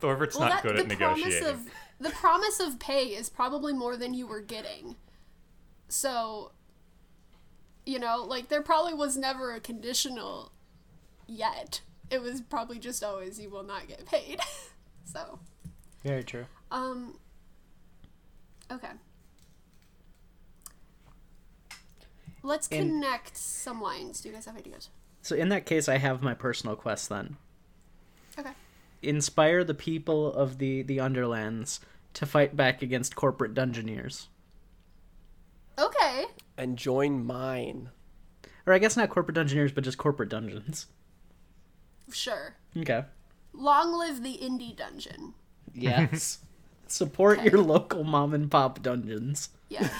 [SPEAKER 5] Thorvert's
[SPEAKER 2] Well, that,
[SPEAKER 5] not good
[SPEAKER 2] the
[SPEAKER 5] at
[SPEAKER 2] promise
[SPEAKER 5] negotiating.
[SPEAKER 2] of the promise of pay is probably more than you were getting. So, you know, like there probably was never a conditional yet. It was probably just always you will not get paid. so,
[SPEAKER 4] Very true.
[SPEAKER 2] um, okay. Let's
[SPEAKER 4] And-
[SPEAKER 2] connect some lines. Do you guys have ideas?
[SPEAKER 4] So in that case, I have my personal quest then.
[SPEAKER 2] Okay.
[SPEAKER 4] Inspire the people of the the Underlands to fight back against corporate dungeoneers.
[SPEAKER 2] Okay.
[SPEAKER 3] And join mine.
[SPEAKER 4] Or I guess not corporate dungeoneers, but just corporate dungeons.
[SPEAKER 2] Sure.
[SPEAKER 4] Okay.
[SPEAKER 2] Long live the indie dungeon.
[SPEAKER 4] Yes. Support your local mom and pop dungeons.
[SPEAKER 2] Yes.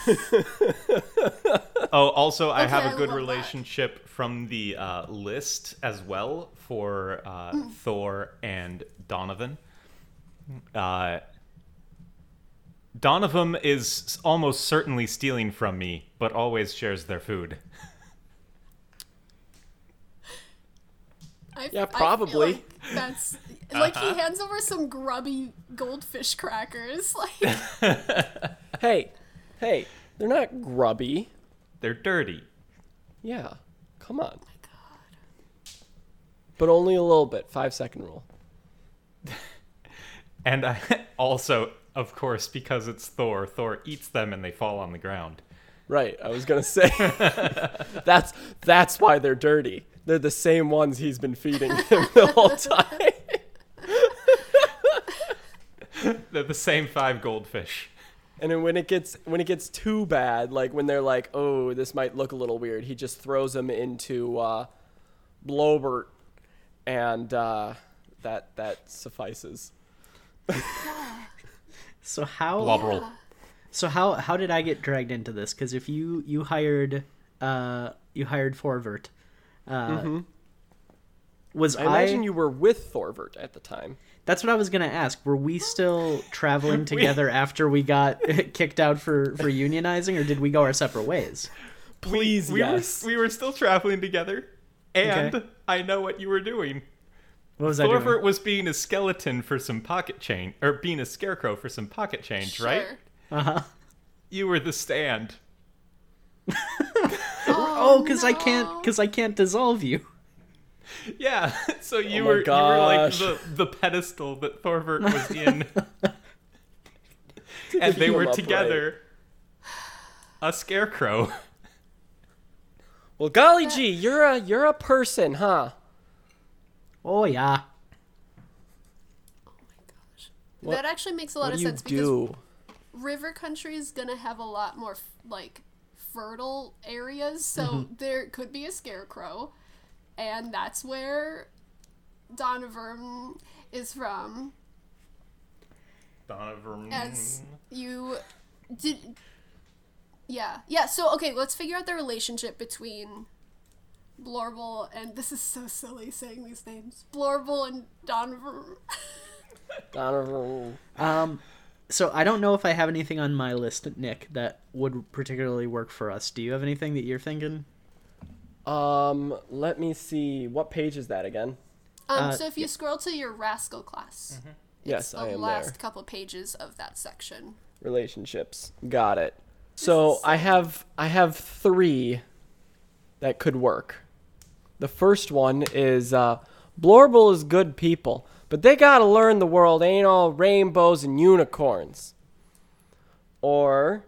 [SPEAKER 5] Oh, also, I have
[SPEAKER 2] Okay,
[SPEAKER 5] a
[SPEAKER 2] I love
[SPEAKER 5] good
[SPEAKER 2] that.
[SPEAKER 5] relationship from the uh, list as well for uh,
[SPEAKER 2] Mm.
[SPEAKER 5] Thor and Donovan. Uh, Donovan is almost certainly stealing from me, but always shares their food.
[SPEAKER 2] I,
[SPEAKER 3] Yeah,
[SPEAKER 2] I feel
[SPEAKER 3] probably.
[SPEAKER 2] like that's like he hands over some grubby goldfish crackers. Like
[SPEAKER 3] Hey, hey, they're not grubby.
[SPEAKER 5] They're dirty.
[SPEAKER 3] Yeah, come on. But only a little bit. Five second rule.
[SPEAKER 5] And I, also, of course, because it's Thor, Thor eats them and they fall on the ground.
[SPEAKER 3] Right. I was gonna say that's that's why they're dirty. They're the same ones he's been feeding him the whole time.
[SPEAKER 5] They're the same five goldfish.
[SPEAKER 3] And then when it gets when it gets too bad, like when they're like, "Oh, this might look a little weird," he just throws them into uh, Blobert, and uh, that that suffices.
[SPEAKER 4] So how
[SPEAKER 5] Blobberl.
[SPEAKER 4] so how how did I get dragged into this? Because if you you hired uh you hired Forvert, uh, was
[SPEAKER 3] Mm-hmm. I
[SPEAKER 4] I,
[SPEAKER 3] imagine you were with Thorvert at the time.
[SPEAKER 4] That's what I was gonna ask. Were we still traveling together after we got kicked out for for unionizing, or did we go our separate ways?
[SPEAKER 3] Please,
[SPEAKER 5] We,
[SPEAKER 3] yes.
[SPEAKER 5] were, we were still traveling together, and I know what you were doing.
[SPEAKER 4] What was I
[SPEAKER 5] Thorvert
[SPEAKER 4] doing?
[SPEAKER 5] was being a skeleton for some pocket change, or being a scarecrow for some pocket change,
[SPEAKER 2] sure.
[SPEAKER 5] right?
[SPEAKER 4] Uh huh.
[SPEAKER 5] You were the stand.
[SPEAKER 4] Oh, because I can't because I can't dissolve you.
[SPEAKER 5] Yeah, so you
[SPEAKER 3] Oh my
[SPEAKER 5] were
[SPEAKER 3] gosh.
[SPEAKER 5] you were like the, the pedestal that Thorvert was in. and they
[SPEAKER 3] Him
[SPEAKER 5] were
[SPEAKER 3] upright.
[SPEAKER 5] together. A scarecrow.
[SPEAKER 3] Well, golly gee, you're a you're a person, huh?
[SPEAKER 4] Oh yeah.
[SPEAKER 2] That actually makes a lot
[SPEAKER 3] What
[SPEAKER 2] of
[SPEAKER 3] do you
[SPEAKER 2] sense
[SPEAKER 3] do?
[SPEAKER 2] because river country is gonna have a lot more f- like fertile areas, so there could be a scarecrow, and that's where Donovan is from.
[SPEAKER 5] Donovan.
[SPEAKER 2] as
[SPEAKER 5] Mm-hmm.
[SPEAKER 2] you did yeah yeah so okay let's figure out the relationship between Blorble and this is so silly saying these names Blorble and um, Donovan
[SPEAKER 3] Donovan.
[SPEAKER 4] Um, so I don't know if I have anything on my list, Nick, that would particularly work for us. Do you have anything that you're thinking?
[SPEAKER 3] Um, let me see. What page is that again?
[SPEAKER 2] um
[SPEAKER 4] Uh,
[SPEAKER 2] so if you scroll to your rascal class
[SPEAKER 5] Mm-hmm.
[SPEAKER 3] Yes,
[SPEAKER 2] the
[SPEAKER 3] I am
[SPEAKER 2] last
[SPEAKER 3] there.
[SPEAKER 2] couple pages of that section
[SPEAKER 3] relationships. Got it. So I have I have three that could work. The first one is uh, Blorble is good people, but they gotta learn the world ain't all rainbows and unicorns. Or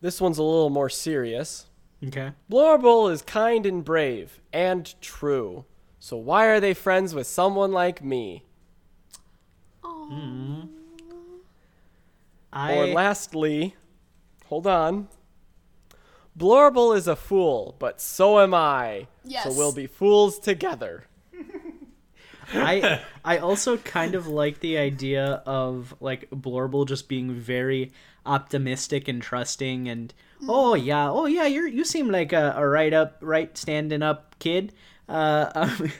[SPEAKER 3] this one's a little more serious.
[SPEAKER 4] Okay.
[SPEAKER 3] Blorble is kind and brave and true. So why are they friends with someone like me?
[SPEAKER 4] I
[SPEAKER 3] Or lastly, hold on. Blorble is a fool, but so am I. So
[SPEAKER 2] Yes.
[SPEAKER 3] we'll be fools together.
[SPEAKER 4] I I also kind of like the idea of like Blorble just being very optimistic and trusting and oh yeah oh yeah you are you seem like a, a right up right standing up kid uh um,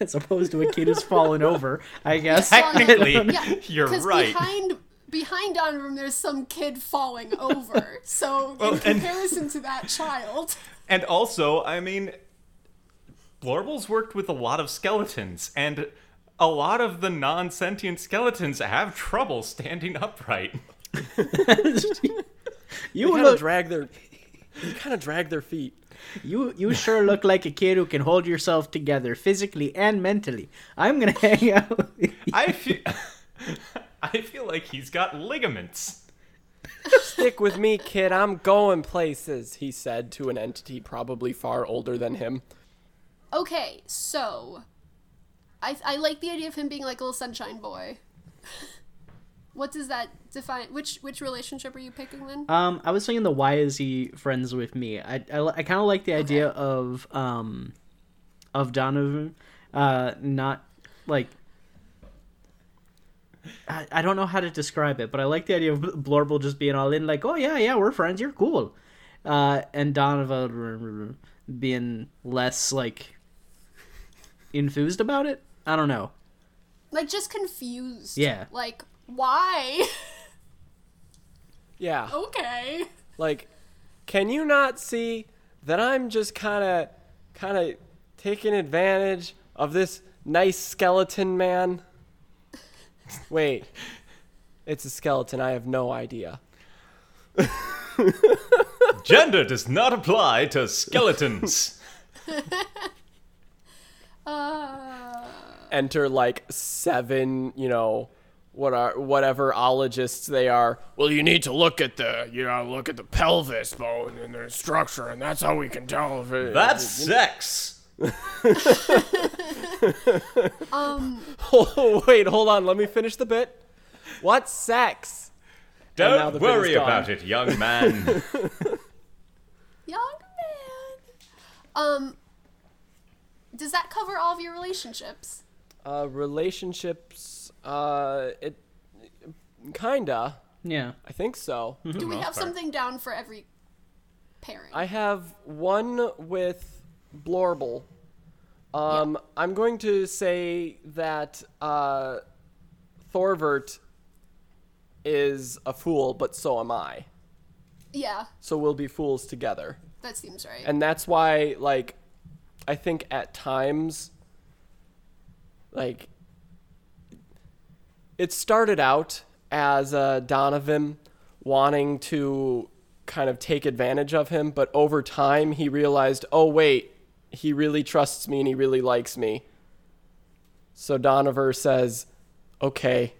[SPEAKER 4] as opposed to a kid who's fallen over I guess
[SPEAKER 5] Technically,
[SPEAKER 2] yeah
[SPEAKER 5] you're
[SPEAKER 2] because
[SPEAKER 5] right.
[SPEAKER 2] behind behind Donovan there's some kid falling over so in
[SPEAKER 5] and-
[SPEAKER 2] comparison to that child
[SPEAKER 5] And also, I mean, Blorble's worked with a lot of skeletons, and a lot of the non sentient skeletons have trouble standing upright.
[SPEAKER 4] you
[SPEAKER 3] You kind of
[SPEAKER 4] look
[SPEAKER 3] drag their, you kind of drag their feet.
[SPEAKER 4] you you sure look like a kid who can hold yourself together physically and mentally I'm gonna hang out with you.
[SPEAKER 5] I feel, I feel like he's got ligaments.
[SPEAKER 3] Stick with me, kid. I'm going places. He said to an entity probably far older than him.
[SPEAKER 2] Okay, so I I like the idea of him being like a little sunshine boy. what does that define? Which which relationship are you picking then?
[SPEAKER 4] Um, I was thinking the why is he friends with me? I I, li- I kind of like the idea of um, of Donovan, uh, not like. I, I don't know how to describe it, but I like the idea of Blorble just being all in, like, "Oh yeah, yeah, we're friends. You're cool," uh, and Donovan being less like enthused about it. I don't know.
[SPEAKER 2] like just confused.
[SPEAKER 4] Yeah.
[SPEAKER 2] Like why?
[SPEAKER 3] Yeah.
[SPEAKER 2] okay.
[SPEAKER 3] Like, can you not see that I'm just kind of kind of taking advantage of this nice skeleton man. Wait, it's a skeleton. I have no idea.
[SPEAKER 5] Gender does not apply to skeletons.
[SPEAKER 3] Enter like seven, you know, what are whatever ologists they are.
[SPEAKER 6] Well, you need to look at the you know look at the pelvis bone and their structure, and that's how we can tell if it.
[SPEAKER 5] That's sex.
[SPEAKER 3] Oh wait, hold on. Let me finish the bit. What sex? now the
[SPEAKER 5] Don't
[SPEAKER 3] bit is
[SPEAKER 5] worry
[SPEAKER 3] gone.
[SPEAKER 5] about it, young man.
[SPEAKER 2] Young man. Um, does that cover all of your relationships?
[SPEAKER 3] Uh, relationships. Uh, it kinda.
[SPEAKER 4] Yeah.
[SPEAKER 3] I think so.
[SPEAKER 2] Do we
[SPEAKER 5] most
[SPEAKER 2] have
[SPEAKER 5] part.
[SPEAKER 2] something down for every pairing?
[SPEAKER 3] I have one with Blorble. Um, I'm going to say that uh, Thorvert is a fool, but so am I.
[SPEAKER 2] yeah,
[SPEAKER 3] So we'll be fools together.
[SPEAKER 2] that seems right.
[SPEAKER 3] and that's why like i think at times like it started out as uh, donovan wanting to kind of take advantage of him but over time he realized oh wait he really trusts me and he really likes me so donovan says okay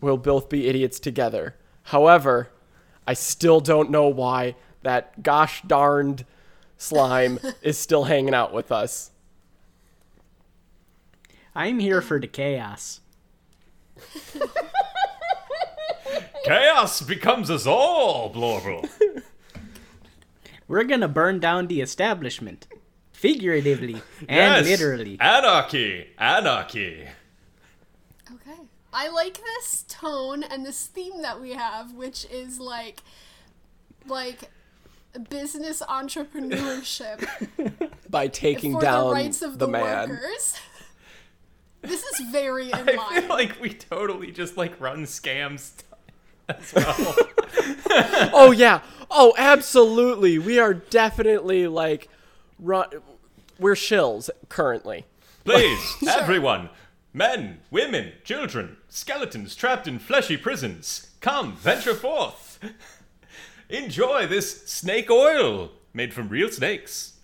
[SPEAKER 3] we'll both be idiots together however i still don't know why that gosh darned slime is still hanging out with us.
[SPEAKER 4] I'm here for the chaos.
[SPEAKER 5] Chaos becomes us all, Blorble.
[SPEAKER 4] We're gonna burn down the establishment. Figuratively and
[SPEAKER 5] Yes.
[SPEAKER 4] literally.
[SPEAKER 5] Anarchy. Anarchy.
[SPEAKER 2] Okay. I like this tone and this theme that we have, which is like like business entrepreneurship
[SPEAKER 3] By taking
[SPEAKER 2] for
[SPEAKER 3] down
[SPEAKER 2] the rights of the,
[SPEAKER 3] man.
[SPEAKER 2] workers. This is very in
[SPEAKER 5] I feel
[SPEAKER 2] line.
[SPEAKER 5] like we totally just like run scams.
[SPEAKER 3] Oh yeah. Oh, absolutely. We are definitely like run we're shills currently.
[SPEAKER 5] Please, everyone, men, women, children, skeletons trapped in fleshy prisons, come, venture forth. Enjoy this snake oil made from real snakes.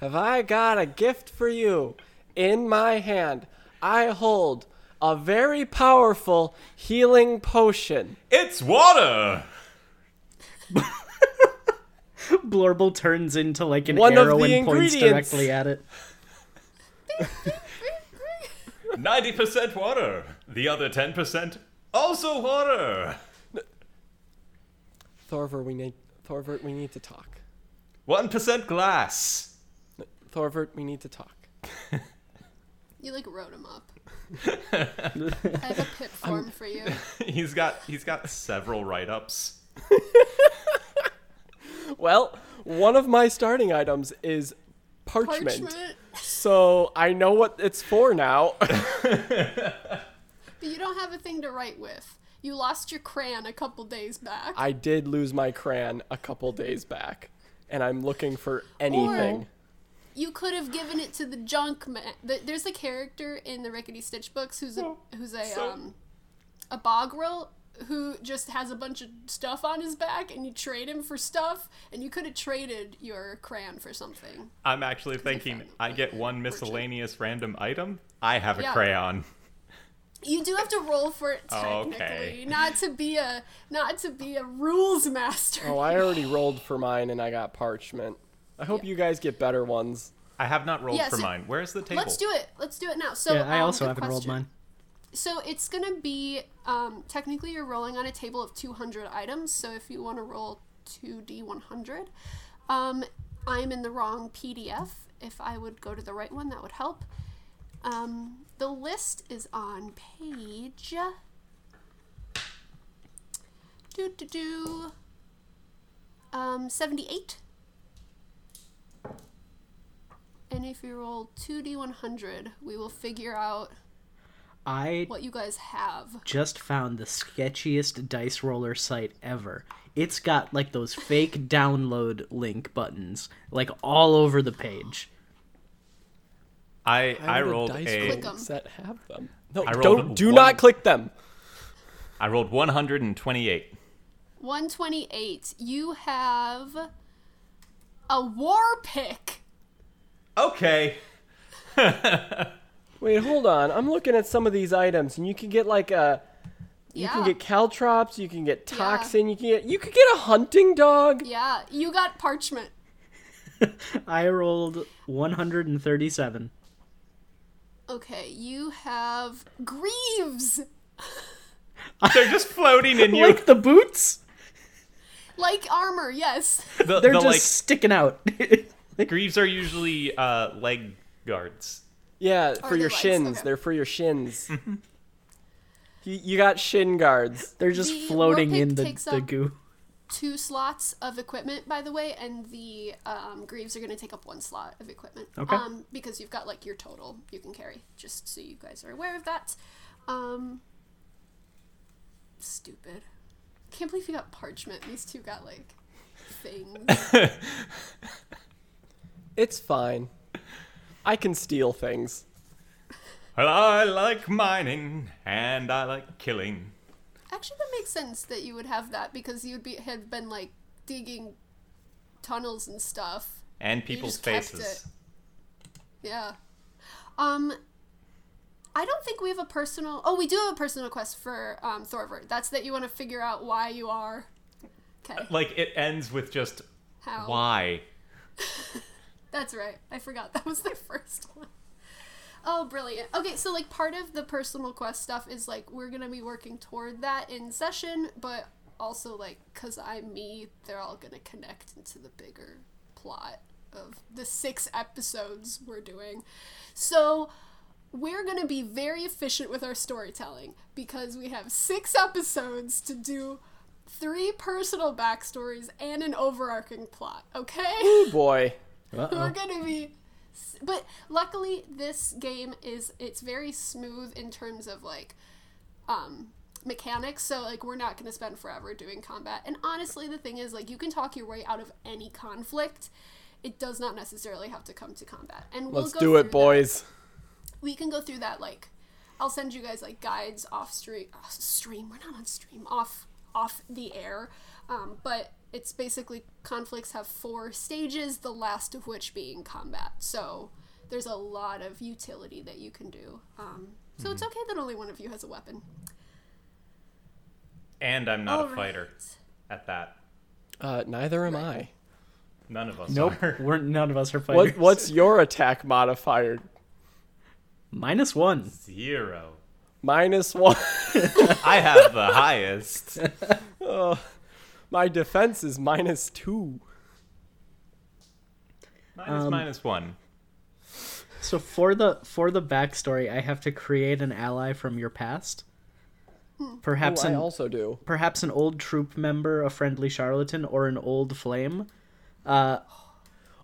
[SPEAKER 3] Have I got a gift for you? In my hand, I hold a very powerful healing potion.
[SPEAKER 5] It's water.
[SPEAKER 4] Blorble turns into like an
[SPEAKER 3] One of
[SPEAKER 4] arrow
[SPEAKER 3] the
[SPEAKER 4] and points
[SPEAKER 3] ingredients.
[SPEAKER 4] directly at it.
[SPEAKER 5] 90% water. The other 10% also water.
[SPEAKER 3] Thorvert, we need Thorvert, we need to talk.
[SPEAKER 5] 1% glass.
[SPEAKER 3] Thorvert, we need to talk.
[SPEAKER 2] You like wrote him up. I have a pip form for you.
[SPEAKER 5] He's got he's got several write-ups.
[SPEAKER 3] Well, one of my starting items is
[SPEAKER 2] Parchment.
[SPEAKER 3] So I know what it's for now.
[SPEAKER 2] But you don't have a thing to write with. You lost your crayon a couple days back.
[SPEAKER 3] I did lose my crayon a couple days back, and I'm looking for anything.
[SPEAKER 2] you could have given it to the junk man. The, there's a character in the Rickety Stitch books who's a who's a um a bogrel who just has a bunch of stuff on his back, and you trade him for stuff, and you could have traded your crayon for something.
[SPEAKER 5] I'm actually thinking I get one miscellaneous random item. I have a
[SPEAKER 2] Yeah.
[SPEAKER 5] crayon.
[SPEAKER 2] You do have to roll for it
[SPEAKER 5] Oh,
[SPEAKER 2] technically,
[SPEAKER 5] okay.
[SPEAKER 2] not to be a not to be a rules master.
[SPEAKER 3] Oh, I already rolled for mine, and I got parchment. I hope you guys get better ones.
[SPEAKER 5] I have not rolled
[SPEAKER 2] Yeah,
[SPEAKER 5] for
[SPEAKER 2] so-
[SPEAKER 5] mine. Where's the table?
[SPEAKER 2] Let's do it. Let's do it now. So
[SPEAKER 4] Yeah, I
[SPEAKER 2] um,
[SPEAKER 4] also
[SPEAKER 2] good
[SPEAKER 4] haven't rolled
[SPEAKER 2] question.
[SPEAKER 4] mine.
[SPEAKER 2] So it's gonna be um, technically you're rolling on a table of 200 items. So if you want to roll 2d100, um, I'm in the wrong PDF. If I would go to the right one, that would help. Um, the list is on page. Do do do. Um, 78. And if you roll 2d100, we will figure out
[SPEAKER 4] I
[SPEAKER 2] what you guys have.
[SPEAKER 4] just found the sketchiest dice roller site ever. It's got like those fake download link buttons like all over the page.
[SPEAKER 5] I I,
[SPEAKER 3] How do
[SPEAKER 5] rolled
[SPEAKER 3] dice
[SPEAKER 5] a
[SPEAKER 2] Click 'em.
[SPEAKER 3] rolls that have them. No,
[SPEAKER 5] I rolled
[SPEAKER 3] don't do
[SPEAKER 5] one.
[SPEAKER 3] not click them.
[SPEAKER 5] I rolled 128.
[SPEAKER 2] 128. You have a war pick.
[SPEAKER 5] Okay.
[SPEAKER 3] Wait, hold on. I'm looking at some of these items, and you can get like a you
[SPEAKER 2] Yeah.
[SPEAKER 3] can get caltrops, you can get toxin, you can get you could get a hunting dog.
[SPEAKER 2] yeah, you got parchment.
[SPEAKER 4] I rolled 137.
[SPEAKER 2] Okay, you have greaves.
[SPEAKER 5] They're just floating in you.
[SPEAKER 4] Like the boots,
[SPEAKER 2] Like armor, yes.
[SPEAKER 5] the
[SPEAKER 4] they're
[SPEAKER 5] the
[SPEAKER 4] just
[SPEAKER 5] like
[SPEAKER 4] sticking out.
[SPEAKER 5] greaves are usually uh, leg guards.
[SPEAKER 3] Yeah, for
[SPEAKER 2] they
[SPEAKER 3] your
[SPEAKER 2] lights?
[SPEAKER 3] shins.
[SPEAKER 2] Okay.
[SPEAKER 3] They're for your shins. you, you got shin guards.
[SPEAKER 4] they're just
[SPEAKER 2] The
[SPEAKER 4] floating
[SPEAKER 2] Warpick
[SPEAKER 4] in the,
[SPEAKER 2] takes
[SPEAKER 4] the
[SPEAKER 2] up-
[SPEAKER 4] goo.
[SPEAKER 2] Two slots of equipment, by the way, and the um, greaves are going to take up one slot of equipment.
[SPEAKER 4] Okay.
[SPEAKER 2] Um, because you've got like your total you can carry, just so you guys are aware of that. Um, stupid. Can't believe you got parchment. These two got like things.
[SPEAKER 3] It's fine. I can steal things.
[SPEAKER 5] Well, I like mining and I like killing.
[SPEAKER 2] Actually, that makes sense that you would have that because you'd be had been like digging tunnels and stuff.
[SPEAKER 5] And people's
[SPEAKER 2] just kept
[SPEAKER 5] faces.
[SPEAKER 2] Yeah. Um, I don't think we have a personal. Oh, we do have a personal quest for um, Thorvert. That's that you want to figure out why you are. Okay.
[SPEAKER 5] Like it ends with just
[SPEAKER 2] How?
[SPEAKER 5] why.
[SPEAKER 2] That's right. I forgot that was the first one. Oh, brilliant. Okay, so like part of the personal quest stuff is like we're going to be working toward that in session, but also like cuz I'm me, they're all going to connect into the bigger plot of the 6 episodes we're doing. So we're going to be very efficient with our storytelling because we have 6 episodes to do three personal backstories and an overarching plot, okay?
[SPEAKER 3] Oh boy.
[SPEAKER 2] We're gonna be, s- but luckily this game is it's very smooth in terms of like, um, mechanics. So like we're not gonna spend forever doing combat. And honestly, the thing is like you can talk your way out of any conflict. It does not necessarily have to come to combat. And we'll
[SPEAKER 3] Let's
[SPEAKER 2] go
[SPEAKER 3] do
[SPEAKER 2] through
[SPEAKER 3] it,
[SPEAKER 2] that-
[SPEAKER 3] boys.
[SPEAKER 2] We can go through that like, I'll send you guys like guides off stream. Off stream. We're not on stream. Off off the air. Um, but it's basically conflicts have four stages, the last of which being combat. So there's a lot of utility that you can do. Um, so it's
[SPEAKER 5] Mm-hmm.
[SPEAKER 2] okay that only one of you has a weapon.
[SPEAKER 5] And I'm not
[SPEAKER 2] All
[SPEAKER 5] a fighter
[SPEAKER 2] right.
[SPEAKER 5] at that.
[SPEAKER 3] Uh, neither am I.
[SPEAKER 5] None of us
[SPEAKER 4] Nope,
[SPEAKER 5] are.
[SPEAKER 4] we're none of us are fighters.
[SPEAKER 3] What what's your attack modifier?
[SPEAKER 4] minus one?
[SPEAKER 5] Zero.
[SPEAKER 3] Minus one.
[SPEAKER 5] I have the highest.
[SPEAKER 3] My defense is minus two.
[SPEAKER 5] Minus minus one.
[SPEAKER 4] So for the for the backstory, I have to create an ally from your past. Perhaps
[SPEAKER 3] Oh, I
[SPEAKER 4] an
[SPEAKER 3] also do.
[SPEAKER 4] perhaps an old troop member, a friendly charlatan, or an old flame. Uh,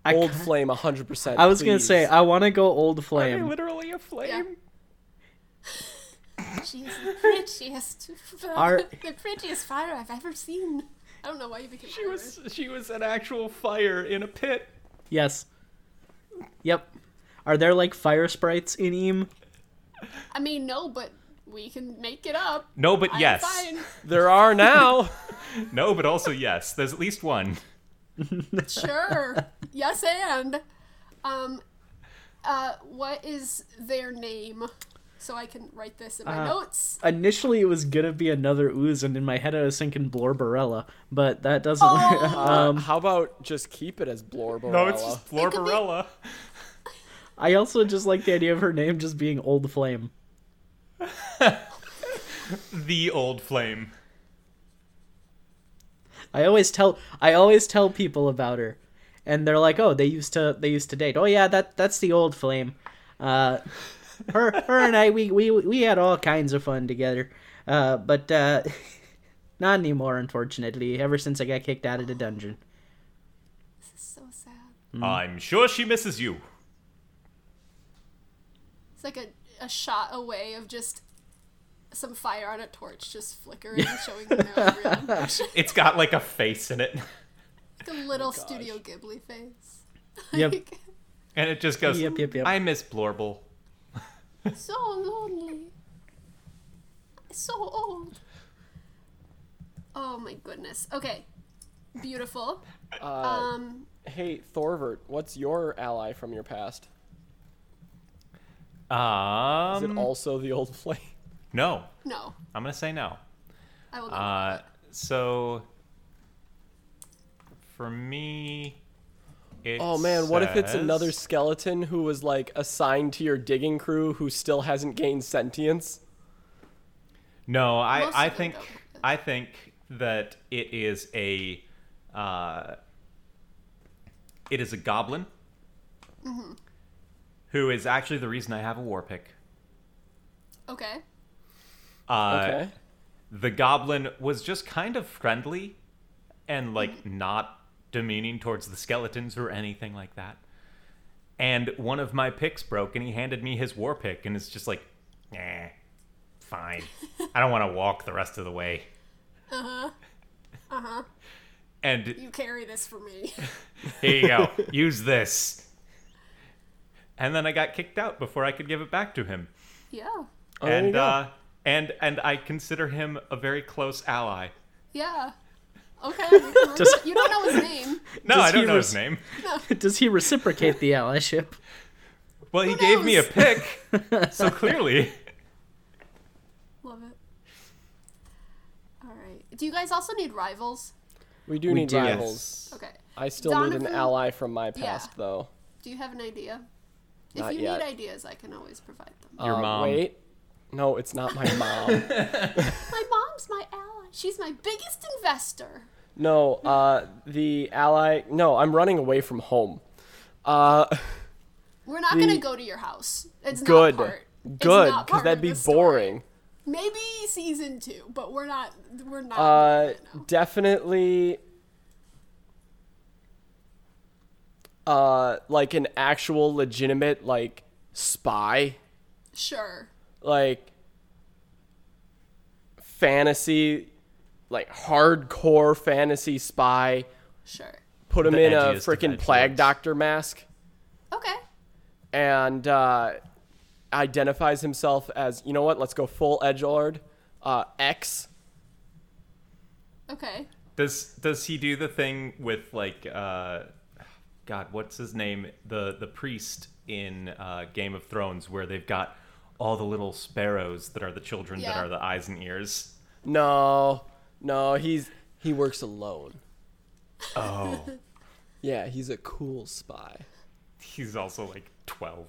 [SPEAKER 4] I
[SPEAKER 3] Old
[SPEAKER 4] ki-
[SPEAKER 3] flame, hundred percent.
[SPEAKER 4] I was gonna say I want to go old
[SPEAKER 5] Are you
[SPEAKER 4] flame.
[SPEAKER 5] literally a flame?
[SPEAKER 2] She is the prettiest,
[SPEAKER 4] Our-
[SPEAKER 2] the prettiest fire I've ever seen. I don't know why you became.
[SPEAKER 5] She was she was an actual fire in a pit.
[SPEAKER 4] Yes. Yep. Are there like fire sprites in Eam?
[SPEAKER 2] I mean, no, but we can make it up.
[SPEAKER 5] No, but
[SPEAKER 2] I'm
[SPEAKER 5] yes.
[SPEAKER 2] fine.
[SPEAKER 3] There are now.
[SPEAKER 5] No, but also yes. There's at least one.
[SPEAKER 2] Sure. yes, and um, uh, what is their name? So I can write this in my notes.
[SPEAKER 4] Initially, it was gonna be another ooze, and in my head, I was thinking Blorbarella, but that doesn't. um,
[SPEAKER 3] How about just keep it as Blorbarella?
[SPEAKER 2] It could be-
[SPEAKER 5] Florbarella.
[SPEAKER 4] I also just like the idea of her name just being Old Flame.
[SPEAKER 5] The old flame.
[SPEAKER 4] I always tell I always tell people about her, and they're like, "Oh, they used to they used to date." Oh yeah, that that's the old flame. Uh, her her and I we, we we had all kinds of fun together, uh, but uh, not anymore, unfortunately. Ever since I got kicked out of the dungeon.
[SPEAKER 2] so sad.
[SPEAKER 3] Hmm.
[SPEAKER 5] I'm sure she misses you.
[SPEAKER 2] It's like a a shot away of just some fire on a torch just flickering, showing the mountain real.
[SPEAKER 5] It's got like a face in it,
[SPEAKER 2] The little Studio Ghibli face.
[SPEAKER 4] Yep.
[SPEAKER 2] Like,
[SPEAKER 5] and it just goes.
[SPEAKER 4] Yep, yep, yep.
[SPEAKER 5] I miss Blorble.
[SPEAKER 2] so lonely. So old. Oh my goodness. Okay. Beautiful. um
[SPEAKER 3] Hey, Thorvert, what's your ally from your past?
[SPEAKER 5] Um,
[SPEAKER 3] Is
[SPEAKER 4] Um,
[SPEAKER 3] it also the old flame?
[SPEAKER 5] no,
[SPEAKER 2] no.
[SPEAKER 5] I'm gonna say no.
[SPEAKER 2] I will go.
[SPEAKER 5] Uh, so for me, it
[SPEAKER 3] Oh man, what if it's another
[SPEAKER 5] says-
[SPEAKER 3] skeleton who was like assigned to your digging crew who still hasn't gained sentience?
[SPEAKER 5] No,
[SPEAKER 2] Most
[SPEAKER 5] I, I
[SPEAKER 2] of them
[SPEAKER 5] think
[SPEAKER 2] don't.
[SPEAKER 5] I think that it is a uh, it is a goblin
[SPEAKER 2] Mm-hmm.
[SPEAKER 5] who is actually the reason I have a war pick.
[SPEAKER 2] okay.
[SPEAKER 5] Uh,
[SPEAKER 3] Okay.
[SPEAKER 5] The goblin was just kind of friendly and like not demeaning towards the skeletons or anything like that. And one of my picks broke, and he handed me his war pick, and it's just like, eh, fine. I don't want to walk the rest of the way. Uh huh. Uh huh. And
[SPEAKER 2] You carry this for me.
[SPEAKER 5] here you go. Use this. And then I got kicked out before I could give it back to him.
[SPEAKER 2] yeah.
[SPEAKER 3] Oh, there you
[SPEAKER 5] and
[SPEAKER 3] go.
[SPEAKER 5] uh, and and I consider him a very close ally.
[SPEAKER 2] Yeah. Okay. you don't know his name.
[SPEAKER 5] No,
[SPEAKER 4] Does
[SPEAKER 5] I don't
[SPEAKER 4] he
[SPEAKER 5] know
[SPEAKER 4] res-
[SPEAKER 5] his name.
[SPEAKER 4] Does he reciprocate the allyship?
[SPEAKER 5] Well, he gave me a
[SPEAKER 2] knows?
[SPEAKER 5] pick, so clearly.
[SPEAKER 2] Love it. All right. Do you guys also need rivals?
[SPEAKER 3] we do
[SPEAKER 4] we
[SPEAKER 3] need
[SPEAKER 4] do.
[SPEAKER 3] rivals.
[SPEAKER 2] Okay.
[SPEAKER 3] I still need an
[SPEAKER 2] Donovan-
[SPEAKER 3] ally from my past,
[SPEAKER 2] Yeah.
[SPEAKER 3] though.
[SPEAKER 2] Do you have an idea?
[SPEAKER 3] Not
[SPEAKER 2] if you
[SPEAKER 3] yet.
[SPEAKER 2] need ideas, I can always provide them.
[SPEAKER 5] Your
[SPEAKER 3] Uh,
[SPEAKER 5] mom.
[SPEAKER 3] Wait. No, it's not my mom.
[SPEAKER 2] my mom's my ally. She's my biggest investor.
[SPEAKER 3] no, uh, the ally. No, I'm running away from home. Uh,
[SPEAKER 2] We're not
[SPEAKER 3] The-
[SPEAKER 2] gonna go to your house. It's
[SPEAKER 3] good.
[SPEAKER 2] not part. it's
[SPEAKER 3] Good,
[SPEAKER 2] not
[SPEAKER 3] because
[SPEAKER 2] part
[SPEAKER 3] that'd
[SPEAKER 2] of
[SPEAKER 3] be
[SPEAKER 2] this story.
[SPEAKER 3] boring.
[SPEAKER 2] Maybe season two, but we're not. We're not.
[SPEAKER 3] Uh,
[SPEAKER 2] doing it now.
[SPEAKER 3] definitely. Uh, like an actual legitimate like spy,
[SPEAKER 2] sure.
[SPEAKER 3] like fantasy, like hardcore fantasy spy.
[SPEAKER 2] Sure.
[SPEAKER 3] Put him
[SPEAKER 5] The
[SPEAKER 3] in a
[SPEAKER 5] edgiest of
[SPEAKER 3] freaking
[SPEAKER 5] edgelords.
[SPEAKER 3] plague doctor mask,
[SPEAKER 2] Okay.
[SPEAKER 3] and uh, identifies himself as you know what? Let's go full edge lord. Uh, X.
[SPEAKER 2] Okay.
[SPEAKER 5] Does does he do the thing with like, uh, God, what's his name? The the priest in uh, Game of Thrones, where they've got all the little sparrows that are the children that
[SPEAKER 2] Yeah.
[SPEAKER 5] are the eyes and ears.
[SPEAKER 3] No, no, he's he works alone.
[SPEAKER 5] Oh,
[SPEAKER 3] Yeah, he's a cool spy.
[SPEAKER 5] he's also like twelve.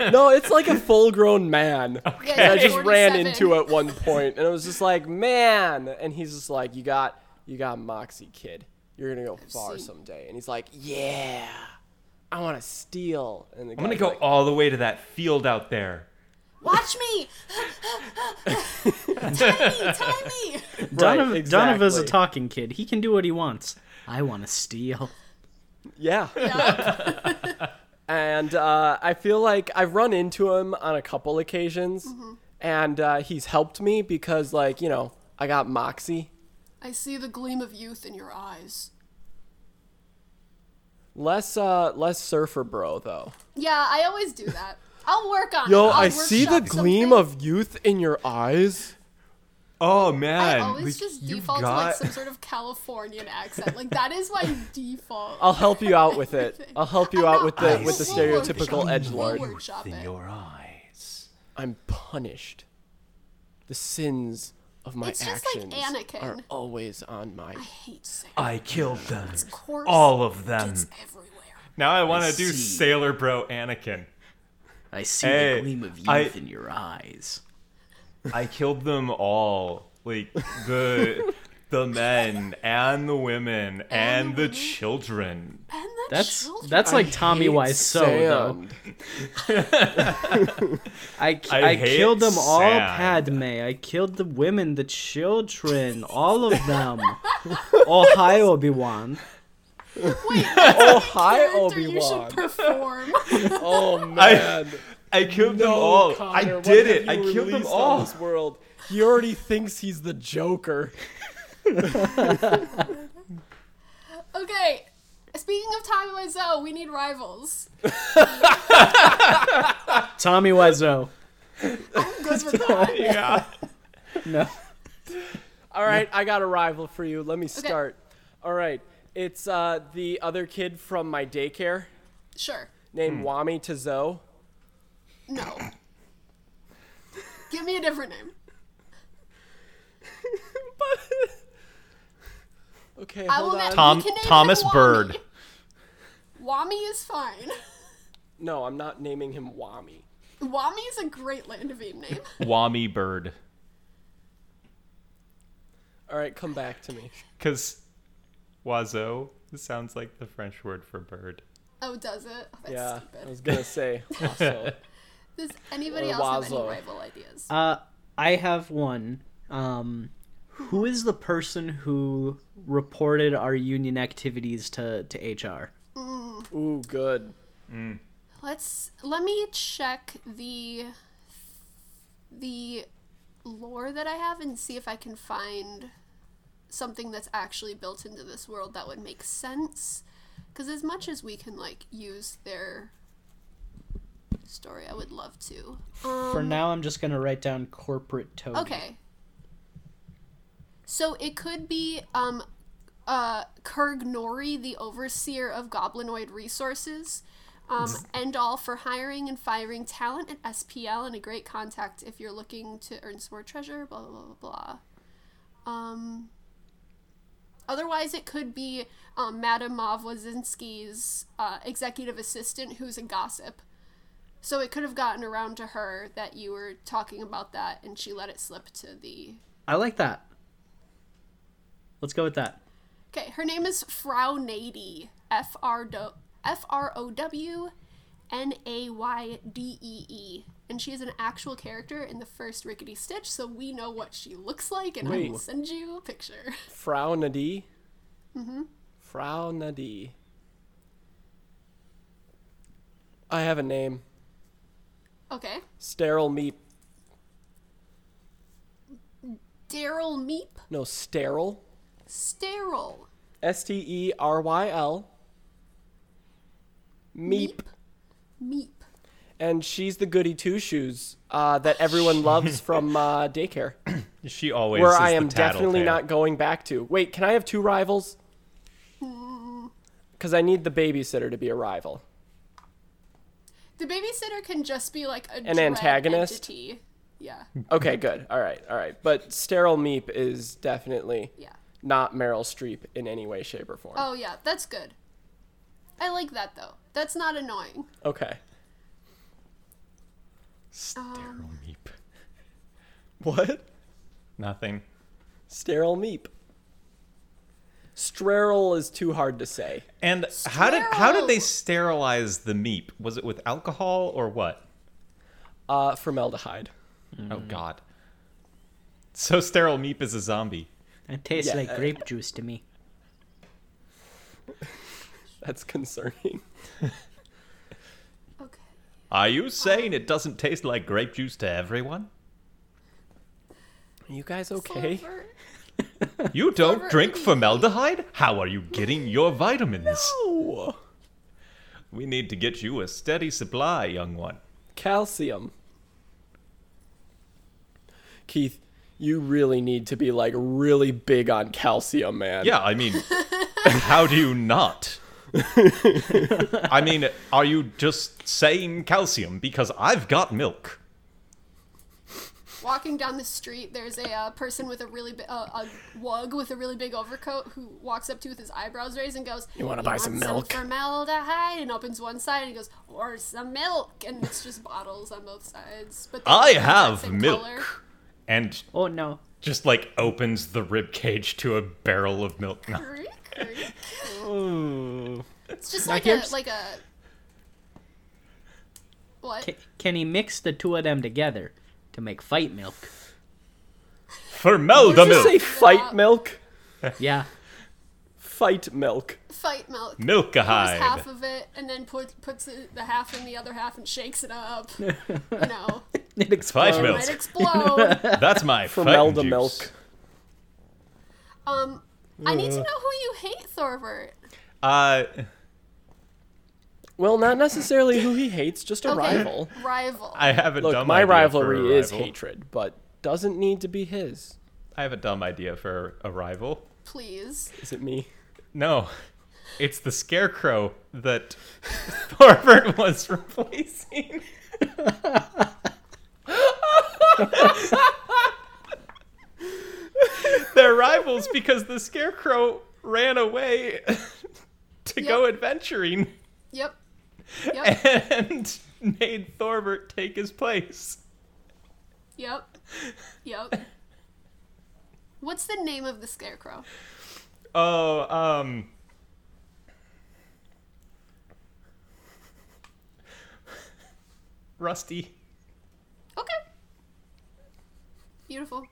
[SPEAKER 3] No, it's like a full grown man.
[SPEAKER 2] Yeah,
[SPEAKER 3] I just ran into at one point and I was just like, man and he's just like, You got you got Moxie kid. You're gonna go far
[SPEAKER 2] seen-
[SPEAKER 3] someday and he's like, Yeah, I wanna steal and the
[SPEAKER 5] I'm gonna
[SPEAKER 3] guy's
[SPEAKER 5] go
[SPEAKER 3] like,
[SPEAKER 5] all the way to that field out there.
[SPEAKER 2] Watch me! tie me! Tie me!
[SPEAKER 4] Donovan,
[SPEAKER 3] Right,
[SPEAKER 4] Donovan's a
[SPEAKER 3] exactly.
[SPEAKER 4] talking kid. He can do what he wants. I want to steal.
[SPEAKER 3] Yeah. and uh, I feel like I've run into him on a couple occasions
[SPEAKER 2] Mm-hmm.
[SPEAKER 3] and uh, he's helped me because like, you know, I got Moxie.
[SPEAKER 2] I see the gleam of youth in your eyes.
[SPEAKER 3] Less uh less surfer bro though.
[SPEAKER 2] Yeah, I always do that. I'll work on
[SPEAKER 3] Yo,
[SPEAKER 2] it. I'll
[SPEAKER 3] I see the
[SPEAKER 2] workshop
[SPEAKER 3] gleam
[SPEAKER 2] something.
[SPEAKER 3] of youth in your eyes.
[SPEAKER 5] Oh
[SPEAKER 2] I
[SPEAKER 5] man,
[SPEAKER 2] always
[SPEAKER 5] like,
[SPEAKER 2] just
[SPEAKER 5] you've
[SPEAKER 2] default to
[SPEAKER 5] got-
[SPEAKER 2] like some sort of Californian accent. Like that is my default.
[SPEAKER 3] I'll help you out with it. I'll help you
[SPEAKER 2] I'm
[SPEAKER 3] out
[SPEAKER 2] not-
[SPEAKER 3] with the
[SPEAKER 2] I
[SPEAKER 3] with the
[SPEAKER 2] see the
[SPEAKER 3] stereotypical
[SPEAKER 2] gleam
[SPEAKER 3] edge lord.
[SPEAKER 2] We'll workshop
[SPEAKER 5] in
[SPEAKER 2] it.
[SPEAKER 5] your eyes.
[SPEAKER 3] I'm punished. The sins of my
[SPEAKER 2] It's just like
[SPEAKER 3] actions
[SPEAKER 2] Anakin.
[SPEAKER 3] are always on my.
[SPEAKER 2] I hate sex.
[SPEAKER 5] I killed them.
[SPEAKER 2] Course,
[SPEAKER 4] Oh.
[SPEAKER 5] All of them.
[SPEAKER 2] It's everywhere.
[SPEAKER 5] Now I want to do
[SPEAKER 4] see.
[SPEAKER 5] Sailor Bro Anakin.
[SPEAKER 4] I see
[SPEAKER 5] Hey,
[SPEAKER 4] the gleam of youth
[SPEAKER 5] I-
[SPEAKER 4] in your eyes.
[SPEAKER 5] I killed them all. Like the the men and the women and the children.
[SPEAKER 2] And the
[SPEAKER 4] That's
[SPEAKER 2] children.
[SPEAKER 4] that's like Tommy
[SPEAKER 3] hate
[SPEAKER 4] Wiseau though.
[SPEAKER 3] sand.
[SPEAKER 4] I,
[SPEAKER 5] I
[SPEAKER 4] I,
[SPEAKER 5] hate
[SPEAKER 4] killed them all,
[SPEAKER 5] sand.
[SPEAKER 4] Padme. I killed the women, the children, all of them. oh, hi, Obi Wan.
[SPEAKER 2] Wait, that's
[SPEAKER 3] Oh hi
[SPEAKER 2] character
[SPEAKER 3] Obi
[SPEAKER 2] You should
[SPEAKER 3] Wan.
[SPEAKER 2] perform.
[SPEAKER 3] Oh man.
[SPEAKER 7] I killed them
[SPEAKER 3] No,
[SPEAKER 7] all.
[SPEAKER 3] Connor,
[SPEAKER 7] I
[SPEAKER 3] what
[SPEAKER 7] did
[SPEAKER 3] have
[SPEAKER 7] it. I
[SPEAKER 3] you
[SPEAKER 7] killed them
[SPEAKER 3] released on
[SPEAKER 7] all.
[SPEAKER 3] This world. He already thinks he's the Joker.
[SPEAKER 2] Okay. Speaking of Tommy Wiseau, we need rivals.
[SPEAKER 4] Tommy Wiseau.
[SPEAKER 2] I'm good with that.
[SPEAKER 7] Yeah.
[SPEAKER 4] No.
[SPEAKER 3] All right, I got a rival for you. Let me start. All right, it's uh, the other kid from my daycare
[SPEAKER 2] Sure.
[SPEAKER 3] named Wami Tazo.
[SPEAKER 2] No. Give me a different name.
[SPEAKER 3] Okay,
[SPEAKER 2] I
[SPEAKER 3] hold
[SPEAKER 2] will
[SPEAKER 3] on.
[SPEAKER 2] get
[SPEAKER 5] Tom-
[SPEAKER 2] we can name
[SPEAKER 5] Thomas
[SPEAKER 2] him Wami.
[SPEAKER 5] Bird.
[SPEAKER 2] Wami is fine.
[SPEAKER 3] no, I'm not naming him Wami.
[SPEAKER 2] Wami is a great Landavine name.
[SPEAKER 5] Wami Bird.
[SPEAKER 3] All right, come back to me.
[SPEAKER 5] Because Wazo sounds like the French word for bird.
[SPEAKER 2] Oh, does it? Oh, that's
[SPEAKER 3] Yeah, I
[SPEAKER 2] stupid.
[SPEAKER 3] was gonna say. Also.
[SPEAKER 2] Does anybody
[SPEAKER 3] Or
[SPEAKER 2] else have any
[SPEAKER 3] Wazo.
[SPEAKER 2] rival ideas?
[SPEAKER 4] Uh, I have one. Um, who is the person who reported our union activities to, to HR?
[SPEAKER 3] Ooh, good.
[SPEAKER 2] Let's let me check the the lore that I have and see if I can find something that's actually built into this world that would make sense. Because as much as we can like use their story, I would love to.
[SPEAKER 4] For now, I'm just gonna write down corporate toad.
[SPEAKER 2] Okay. So it could be um, uh, Kurg Nori, the overseer of goblinoid resources, um, and all for hiring and firing talent at SPL and a great contact if you're looking to earn some more treasure, blah, blah, blah, blah, blah. Um, otherwise, it could be um, Madame Mavwazinski's uh, executive assistant who's a gossip. So it could have gotten around to her that you were talking about that, and she let it slip to the.
[SPEAKER 4] I like that. Let's go with that.
[SPEAKER 2] Okay, her name is Frau Nady. F R do- F R O W N A Y D E E. And she is an actual character in the first Rickety Stitch, so we know what she looks like, and I will
[SPEAKER 3] Wait.
[SPEAKER 2] send you a picture.
[SPEAKER 3] Frau Nadi. Mm-hmm. Frau Nadi. I have a name.
[SPEAKER 2] Okay.
[SPEAKER 3] Sterile Meep.
[SPEAKER 2] Daryl Meep.
[SPEAKER 3] No, sterile.
[SPEAKER 2] Sterile.
[SPEAKER 3] S T E R Y L. Meep.
[SPEAKER 2] Meep.
[SPEAKER 3] And she's the goody two shoes uh, that everyone loves from uh, daycare,
[SPEAKER 5] She always
[SPEAKER 3] where
[SPEAKER 5] is
[SPEAKER 3] I
[SPEAKER 5] the
[SPEAKER 3] am definitely
[SPEAKER 5] tattletale.
[SPEAKER 3] not going back to. Wait, can I have two rivals? Because I need the babysitter to be a rival.
[SPEAKER 2] The babysitter can just be like a an
[SPEAKER 3] antagonist?
[SPEAKER 2] Entity. Yeah.
[SPEAKER 3] Okay, good. All right, all right. But sterile Meep is definitely
[SPEAKER 2] Yeah.
[SPEAKER 3] not Meryl Streep in any way, shape, or form.
[SPEAKER 2] Oh yeah, that's good. I like that though. That's not annoying.
[SPEAKER 3] Okay.
[SPEAKER 5] Sterile
[SPEAKER 3] Um,
[SPEAKER 5] meep.
[SPEAKER 3] What?
[SPEAKER 5] Nothing.
[SPEAKER 3] Sterile Meep. Sterile is too hard to say.
[SPEAKER 5] And how did how did they
[SPEAKER 2] Sterile.
[SPEAKER 5] sterilize the meep? Was it with alcohol or what?
[SPEAKER 3] Uh, formaldehyde.
[SPEAKER 5] Oh
[SPEAKER 2] Mm.
[SPEAKER 5] God. So sterile meep is a zombie.
[SPEAKER 4] It tastes
[SPEAKER 3] Yeah,
[SPEAKER 4] like
[SPEAKER 3] uh,
[SPEAKER 4] grape juice to me.
[SPEAKER 3] That's concerning.
[SPEAKER 2] Okay.
[SPEAKER 5] Are you saying it doesn't taste like grape juice to everyone?
[SPEAKER 3] Are you guys okay?
[SPEAKER 2] Silver.
[SPEAKER 5] You don't
[SPEAKER 2] Never
[SPEAKER 5] drink
[SPEAKER 2] eating.
[SPEAKER 5] formaldehyde? How are you getting your vitamins?
[SPEAKER 3] Oh,
[SPEAKER 5] We need to get you a steady supply, young one.
[SPEAKER 3] calcium. Keith, you really need to be like really big on calcium, man.
[SPEAKER 5] Yeah, I mean, how do you not? I mean, are you just saying calcium? Because I've got milk.
[SPEAKER 2] Walking down the street, there's a uh, person with a really bi- uh, a wug with a really big overcoat who walks up to you with his eyebrows raised and goes, "You
[SPEAKER 6] wanna buy some
[SPEAKER 2] want
[SPEAKER 6] milk?"
[SPEAKER 2] formaldehyde?" And opens one side and he goes, "Or some milk?" And it's just bottles on both sides. But they
[SPEAKER 5] I
[SPEAKER 2] look the exact
[SPEAKER 5] have
[SPEAKER 2] same
[SPEAKER 5] milk.
[SPEAKER 2] color.
[SPEAKER 5] And
[SPEAKER 4] Oh no.
[SPEAKER 5] just like opens the rib cage to a barrel of milk. No.
[SPEAKER 2] Creak, creak. It's just like
[SPEAKER 4] here's-
[SPEAKER 2] a like a what?
[SPEAKER 4] C- can he mix the two of them together to make fight milk?
[SPEAKER 3] Did
[SPEAKER 5] Formaldehyde
[SPEAKER 3] you say
[SPEAKER 5] milk.
[SPEAKER 3] fight milk?
[SPEAKER 4] Yeah.
[SPEAKER 3] fight milk.
[SPEAKER 2] Fight milk. pours
[SPEAKER 5] Milkahide.
[SPEAKER 2] half of it and then put, puts it, the half in the other half and shakes it up. You know,
[SPEAKER 4] It
[SPEAKER 5] Fight
[SPEAKER 4] explodes.
[SPEAKER 2] it
[SPEAKER 5] milk.
[SPEAKER 2] might explode.
[SPEAKER 5] That's my fighting
[SPEAKER 3] Formelda
[SPEAKER 5] juice.
[SPEAKER 3] milk.
[SPEAKER 2] Um, I need to know who you hate, Thorvert.
[SPEAKER 5] Uh,
[SPEAKER 3] Well, not necessarily who he hates, just a rival.
[SPEAKER 2] Rival.
[SPEAKER 5] I have a
[SPEAKER 3] Look,
[SPEAKER 5] dumb
[SPEAKER 3] my
[SPEAKER 5] idea
[SPEAKER 3] rivalry
[SPEAKER 5] for a
[SPEAKER 3] is
[SPEAKER 5] rival.
[SPEAKER 3] hatred, but doesn't need to be his.
[SPEAKER 5] I have a dumb idea for a rival.
[SPEAKER 2] Please.
[SPEAKER 3] Is it me?
[SPEAKER 5] No, it's the scarecrow that Thorfinn was replacing. They're rivals because the scarecrow ran away to go
[SPEAKER 2] Yep.
[SPEAKER 5] adventuring
[SPEAKER 2] Yep. Yep.
[SPEAKER 5] and made Thorbert take his place.
[SPEAKER 2] yep. Yep. What's the name of the scarecrow?
[SPEAKER 5] Oh, um. Rusty.
[SPEAKER 2] Okay. Beautiful.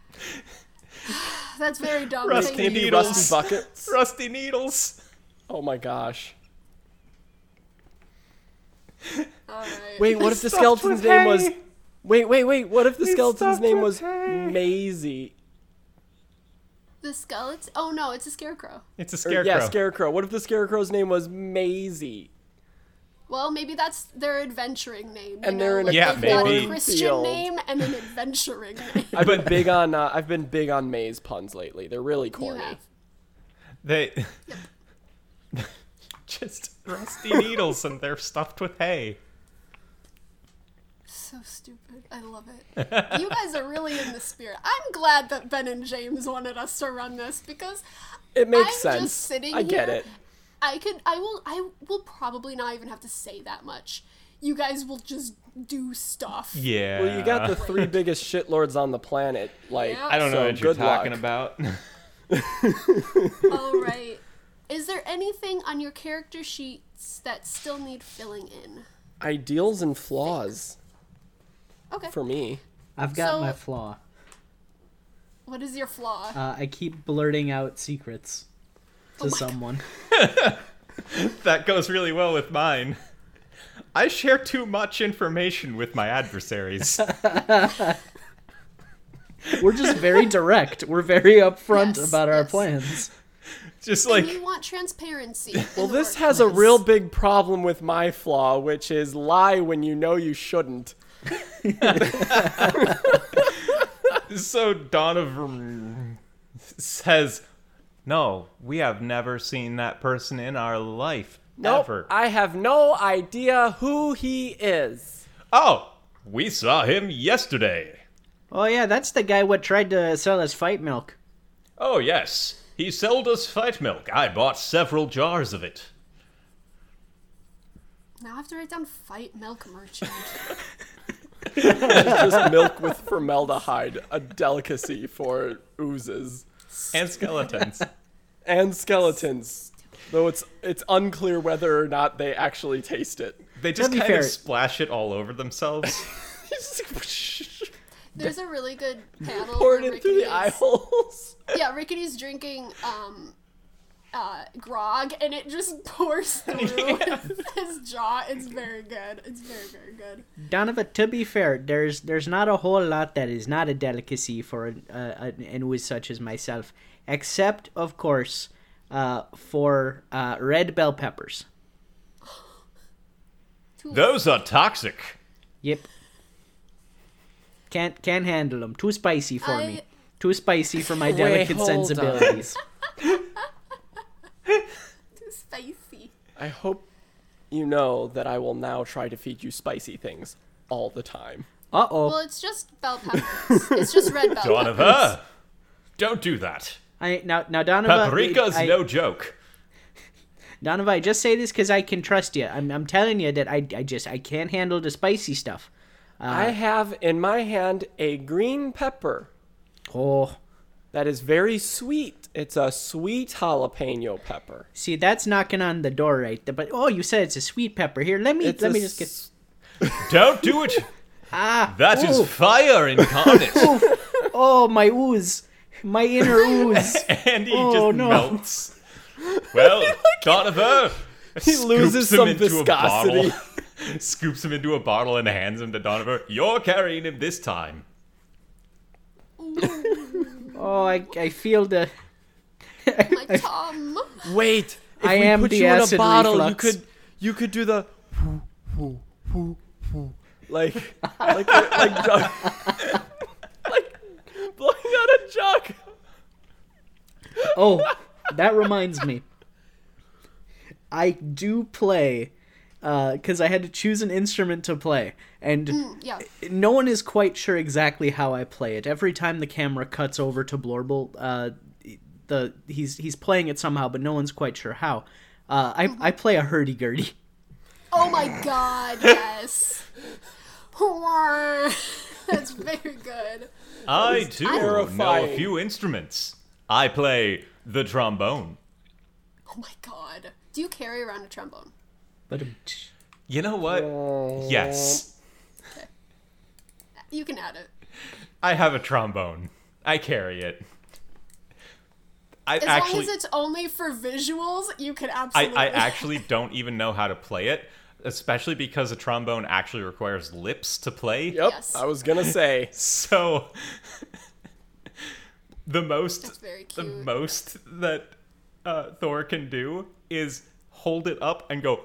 [SPEAKER 2] That's very dumb.
[SPEAKER 5] Rusty
[SPEAKER 2] Thank you.
[SPEAKER 5] Needles.
[SPEAKER 3] Rusty buckets.
[SPEAKER 5] Rusty Needles.
[SPEAKER 3] Oh my gosh.
[SPEAKER 2] All right.
[SPEAKER 3] Wait, what if the skeleton's name was? Wait, wait, wait. What if the skeleton's name was Maisie?
[SPEAKER 2] The skeleton? Oh no, it's a scarecrow.
[SPEAKER 5] It's a
[SPEAKER 3] Or,
[SPEAKER 5] scarecrow.
[SPEAKER 3] Yeah, scarecrow. What if the scarecrow's name was Maisie?
[SPEAKER 2] Well, maybe that's their adventuring name. you
[SPEAKER 3] And they're
[SPEAKER 2] know,
[SPEAKER 3] in
[SPEAKER 2] like
[SPEAKER 5] a Yeah,
[SPEAKER 2] they've got
[SPEAKER 5] maybe.
[SPEAKER 2] a Christian
[SPEAKER 3] field.
[SPEAKER 2] name and an adventuring name.
[SPEAKER 3] I've been big on uh, I've been big on maze puns lately. They're really
[SPEAKER 2] You
[SPEAKER 3] corny.
[SPEAKER 2] have.
[SPEAKER 5] They just rusty needles and they're stuffed with hay.
[SPEAKER 2] So stupid. I love it. you guys are really in the spirit. I'm glad that Ben and James wanted us to run this because
[SPEAKER 3] It makes
[SPEAKER 2] I'm
[SPEAKER 3] sense.
[SPEAKER 2] just sitting
[SPEAKER 3] I get
[SPEAKER 2] here.
[SPEAKER 3] it.
[SPEAKER 2] I could I will I will probably not even have to say that much. You guys will just do stuff.
[SPEAKER 5] Yeah.
[SPEAKER 3] Well, you got the three biggest shitlords on the planet. Like
[SPEAKER 2] Yeah.
[SPEAKER 5] I don't know
[SPEAKER 3] so
[SPEAKER 5] what you're
[SPEAKER 3] good
[SPEAKER 5] talking
[SPEAKER 3] luck.
[SPEAKER 5] about.
[SPEAKER 2] All right. Is there anything on your character sheets that still need filling in?
[SPEAKER 3] Ideals and flaws
[SPEAKER 2] Okay.
[SPEAKER 3] for me.
[SPEAKER 4] I've got
[SPEAKER 2] So-
[SPEAKER 4] my flaw.
[SPEAKER 2] what is your flaw?
[SPEAKER 4] Uh, I keep blurting out secrets
[SPEAKER 2] Oh
[SPEAKER 4] to someone.
[SPEAKER 5] that goes really well with mine. I share too much information with my adversaries.
[SPEAKER 4] We're just very direct. We're very upfront
[SPEAKER 2] Yes,
[SPEAKER 4] about our
[SPEAKER 2] yes.
[SPEAKER 4] plans.
[SPEAKER 5] Just
[SPEAKER 2] And
[SPEAKER 5] like
[SPEAKER 2] you want transparency.
[SPEAKER 3] Well, this has a real big problem with my flaw, which is lie when you know you shouldn't.
[SPEAKER 5] So Donovan says, "No, we have never seen that person in our life
[SPEAKER 3] Nope,
[SPEAKER 5] ever."
[SPEAKER 3] Oh, I have no idea who he is.
[SPEAKER 5] oh, we saw him yesterday.
[SPEAKER 4] Oh yeah, that's the guy what tried to sell us fight milk.
[SPEAKER 5] Oh yes, he sold us fight milk. I bought several jars of it.
[SPEAKER 2] Now I have to write down fight milk merchant.
[SPEAKER 3] Just milk with formaldehyde, a delicacy for oozes
[SPEAKER 5] And skeletons.
[SPEAKER 3] and skeletons. Though it's it's unclear whether or not they actually taste it.
[SPEAKER 5] they just
[SPEAKER 4] be
[SPEAKER 5] kind
[SPEAKER 4] fair-
[SPEAKER 5] of splash it all over themselves.
[SPEAKER 2] There's a really good panel.
[SPEAKER 3] Poured
[SPEAKER 2] where
[SPEAKER 3] in through the
[SPEAKER 2] Rickety's-
[SPEAKER 3] eye holes.
[SPEAKER 2] Yeah, Rickety's drinking um, uh, grog, and it just pours through his jaw. It's very good. It's very very good.
[SPEAKER 4] Donovan, to be fair, there's there's not a whole lot that is not a delicacy for an, uh, an, an ooze such as myself, except of course uh, for uh, red bell peppers.
[SPEAKER 5] Those are toxic.
[SPEAKER 4] Yep. Can't can't handle them. Too spicy for
[SPEAKER 2] I-
[SPEAKER 4] me. Too spicy for my
[SPEAKER 3] Wait,
[SPEAKER 4] delicate
[SPEAKER 3] hold on.
[SPEAKER 4] sensibilities.
[SPEAKER 2] Too spicy.
[SPEAKER 3] I hope you know that I will now try to feed you spicy things all the time.
[SPEAKER 4] Uh
[SPEAKER 2] Well,
[SPEAKER 4] oh.
[SPEAKER 2] it's just bell peppers. it's just red bell. peppers.
[SPEAKER 5] Donovan, don't do that.
[SPEAKER 4] I now now Donovan.
[SPEAKER 5] Paprika's
[SPEAKER 4] I,
[SPEAKER 5] no joke.
[SPEAKER 4] Donovan, I just say this because I can trust you. I'm, I'm telling you that I, I just I can't handle the spicy stuff.
[SPEAKER 3] I
[SPEAKER 4] Uh,
[SPEAKER 3] have in my hand a green pepper
[SPEAKER 4] Oh,
[SPEAKER 3] that is very sweet. It's a sweet jalapeno pepper.
[SPEAKER 4] see, that's knocking on the door right there. But oh, you said it's a sweet pepper. Here, let me
[SPEAKER 3] It's
[SPEAKER 4] let
[SPEAKER 3] a
[SPEAKER 4] me just get.
[SPEAKER 3] s-
[SPEAKER 5] Don't do it. Ah, that is fire incarnate.
[SPEAKER 4] Oh, my ooze. My inner ooze.
[SPEAKER 5] and he
[SPEAKER 4] Oh,
[SPEAKER 5] just
[SPEAKER 4] no.
[SPEAKER 5] melts. Well, thought of her. He
[SPEAKER 3] loses some viscosity.
[SPEAKER 5] scoops him into a bottle and hands him to Donovan. You're carrying him this time.
[SPEAKER 4] Oh, I, I feel the.
[SPEAKER 2] My Tom.
[SPEAKER 3] Wait, if
[SPEAKER 4] I
[SPEAKER 3] we
[SPEAKER 4] am
[SPEAKER 3] put
[SPEAKER 4] the
[SPEAKER 3] you in a
[SPEAKER 4] acid
[SPEAKER 3] bottle,
[SPEAKER 4] reflux.
[SPEAKER 3] you could you could do the like like like jug, like blowing out a jug.
[SPEAKER 4] Oh, that reminds me. I do play, because I had to choose an instrument to play, and
[SPEAKER 2] Yeah.
[SPEAKER 4] no one is quite sure exactly how I play it. Every time the camera cuts over to Blorble, uh, the he's he's playing it somehow, but no one's quite sure how. Uh, I I play a hurdy gurdy.
[SPEAKER 2] Oh my god, yes. That's very good.
[SPEAKER 5] I too know a
[SPEAKER 3] terrifying.
[SPEAKER 5] few instruments. I play the trombone.
[SPEAKER 2] Oh my god. Do you carry around a trombone?
[SPEAKER 4] But
[SPEAKER 5] You know what? Yes,
[SPEAKER 2] You can add it.
[SPEAKER 5] I have a trombone. I carry it. I
[SPEAKER 2] As
[SPEAKER 5] actually,
[SPEAKER 2] long as it's only for visuals, you can
[SPEAKER 5] I,
[SPEAKER 2] absolutely.
[SPEAKER 5] I actually don't even know how to play it, especially because a trombone actually requires lips to play.
[SPEAKER 3] Yep,
[SPEAKER 2] Yes.
[SPEAKER 3] I was gonna say
[SPEAKER 5] So the most
[SPEAKER 2] That's very
[SPEAKER 5] the
[SPEAKER 2] cute.
[SPEAKER 5] most that uh, Thor can do is hold it up and go.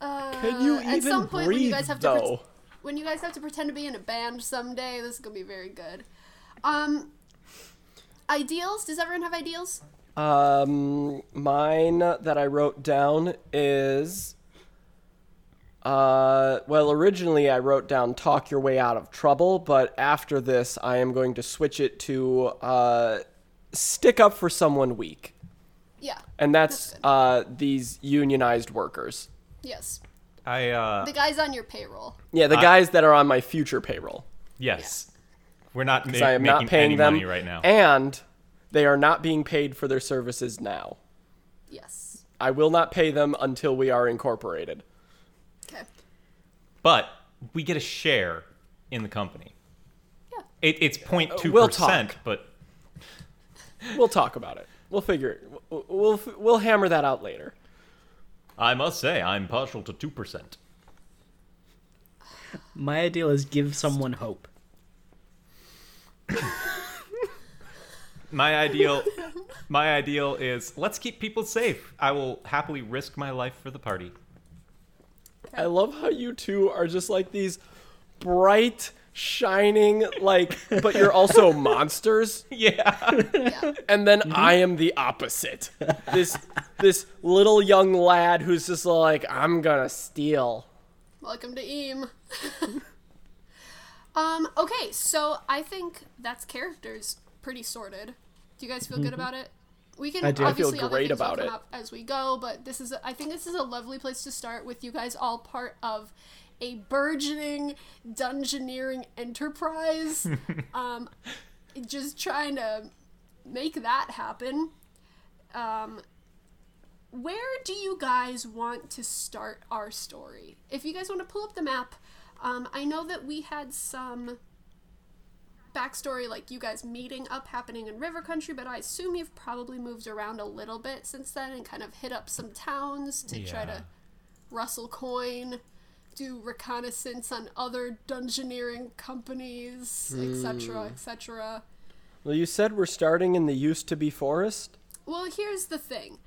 [SPEAKER 3] Can you
[SPEAKER 2] Uh, at
[SPEAKER 3] even
[SPEAKER 2] some point when you
[SPEAKER 3] breathe,
[SPEAKER 2] guys have to pret-
[SPEAKER 3] though?
[SPEAKER 2] when you guys have to pretend to be in a band someday, this is gonna be very good. Um, ideals. Does everyone have ideals?
[SPEAKER 3] Um, mine that I wrote down is. Uh, well, originally I wrote down "talk your way out of trouble," but after this, I am going to switch it to uh, "stick up for someone weak,"
[SPEAKER 2] Yeah.
[SPEAKER 3] and that's
[SPEAKER 2] That's good.
[SPEAKER 3] uh, these unionized workers.
[SPEAKER 2] Yes.
[SPEAKER 5] I uh,
[SPEAKER 2] The guys on your payroll.
[SPEAKER 3] Yeah, the guys that are on my future payroll.
[SPEAKER 5] yes, we're not ma-
[SPEAKER 3] 'cause I am
[SPEAKER 5] making
[SPEAKER 3] not
[SPEAKER 5] any
[SPEAKER 3] paying them
[SPEAKER 5] money right now.
[SPEAKER 3] and they are not being paid for their services now.
[SPEAKER 2] Yes.
[SPEAKER 3] I will not pay them until we are incorporated.
[SPEAKER 2] Okay.
[SPEAKER 5] but we get a share in the company.
[SPEAKER 2] Yeah.
[SPEAKER 5] It, it's 0.2
[SPEAKER 3] Uh, We'll
[SPEAKER 5] percent,
[SPEAKER 3] talk.
[SPEAKER 5] but
[SPEAKER 3] We'll talk about it. We'll figure it. We'll we'll, we'll hammer that out later.
[SPEAKER 5] I must say I'm partial to two percent.
[SPEAKER 4] my ideal is give someone hope.
[SPEAKER 5] My ideal, my ideal is let's keep people safe. I will happily risk my life for the party.
[SPEAKER 3] I love how you two are just like these bright, shining, like, but you're also monsters.
[SPEAKER 5] Yeah.
[SPEAKER 3] And then I am the opposite. This this little young lad who's just like, I'm gonna steal.
[SPEAKER 2] Welcome to Eam. um. Okay. So I think that's characters pretty sorted. Do you guys feel
[SPEAKER 3] Mm-hmm.
[SPEAKER 2] good about it? We can
[SPEAKER 4] I do. I
[SPEAKER 3] feel
[SPEAKER 2] obviously other
[SPEAKER 3] great
[SPEAKER 2] things will
[SPEAKER 3] about
[SPEAKER 2] come
[SPEAKER 3] it.
[SPEAKER 2] up as we go, but this is a, I think this is a lovely place to start with you guys all part of a burgeoning dungeoneering enterprise. um, just trying to make that happen. Um, where do you guys want to start our story? If you guys want to pull up the map, um, I know that we had some backstory, like you guys meeting up happening in River Country, but I assume you've probably moved around a little bit since then and kind of hit up some towns to try
[SPEAKER 5] Yeah.
[SPEAKER 2] to rustle coin, do reconnaissance on other dungeoneering companies, etc., etc.
[SPEAKER 3] Well, you said we're starting in the used to be forest.
[SPEAKER 2] Well, here's the thing.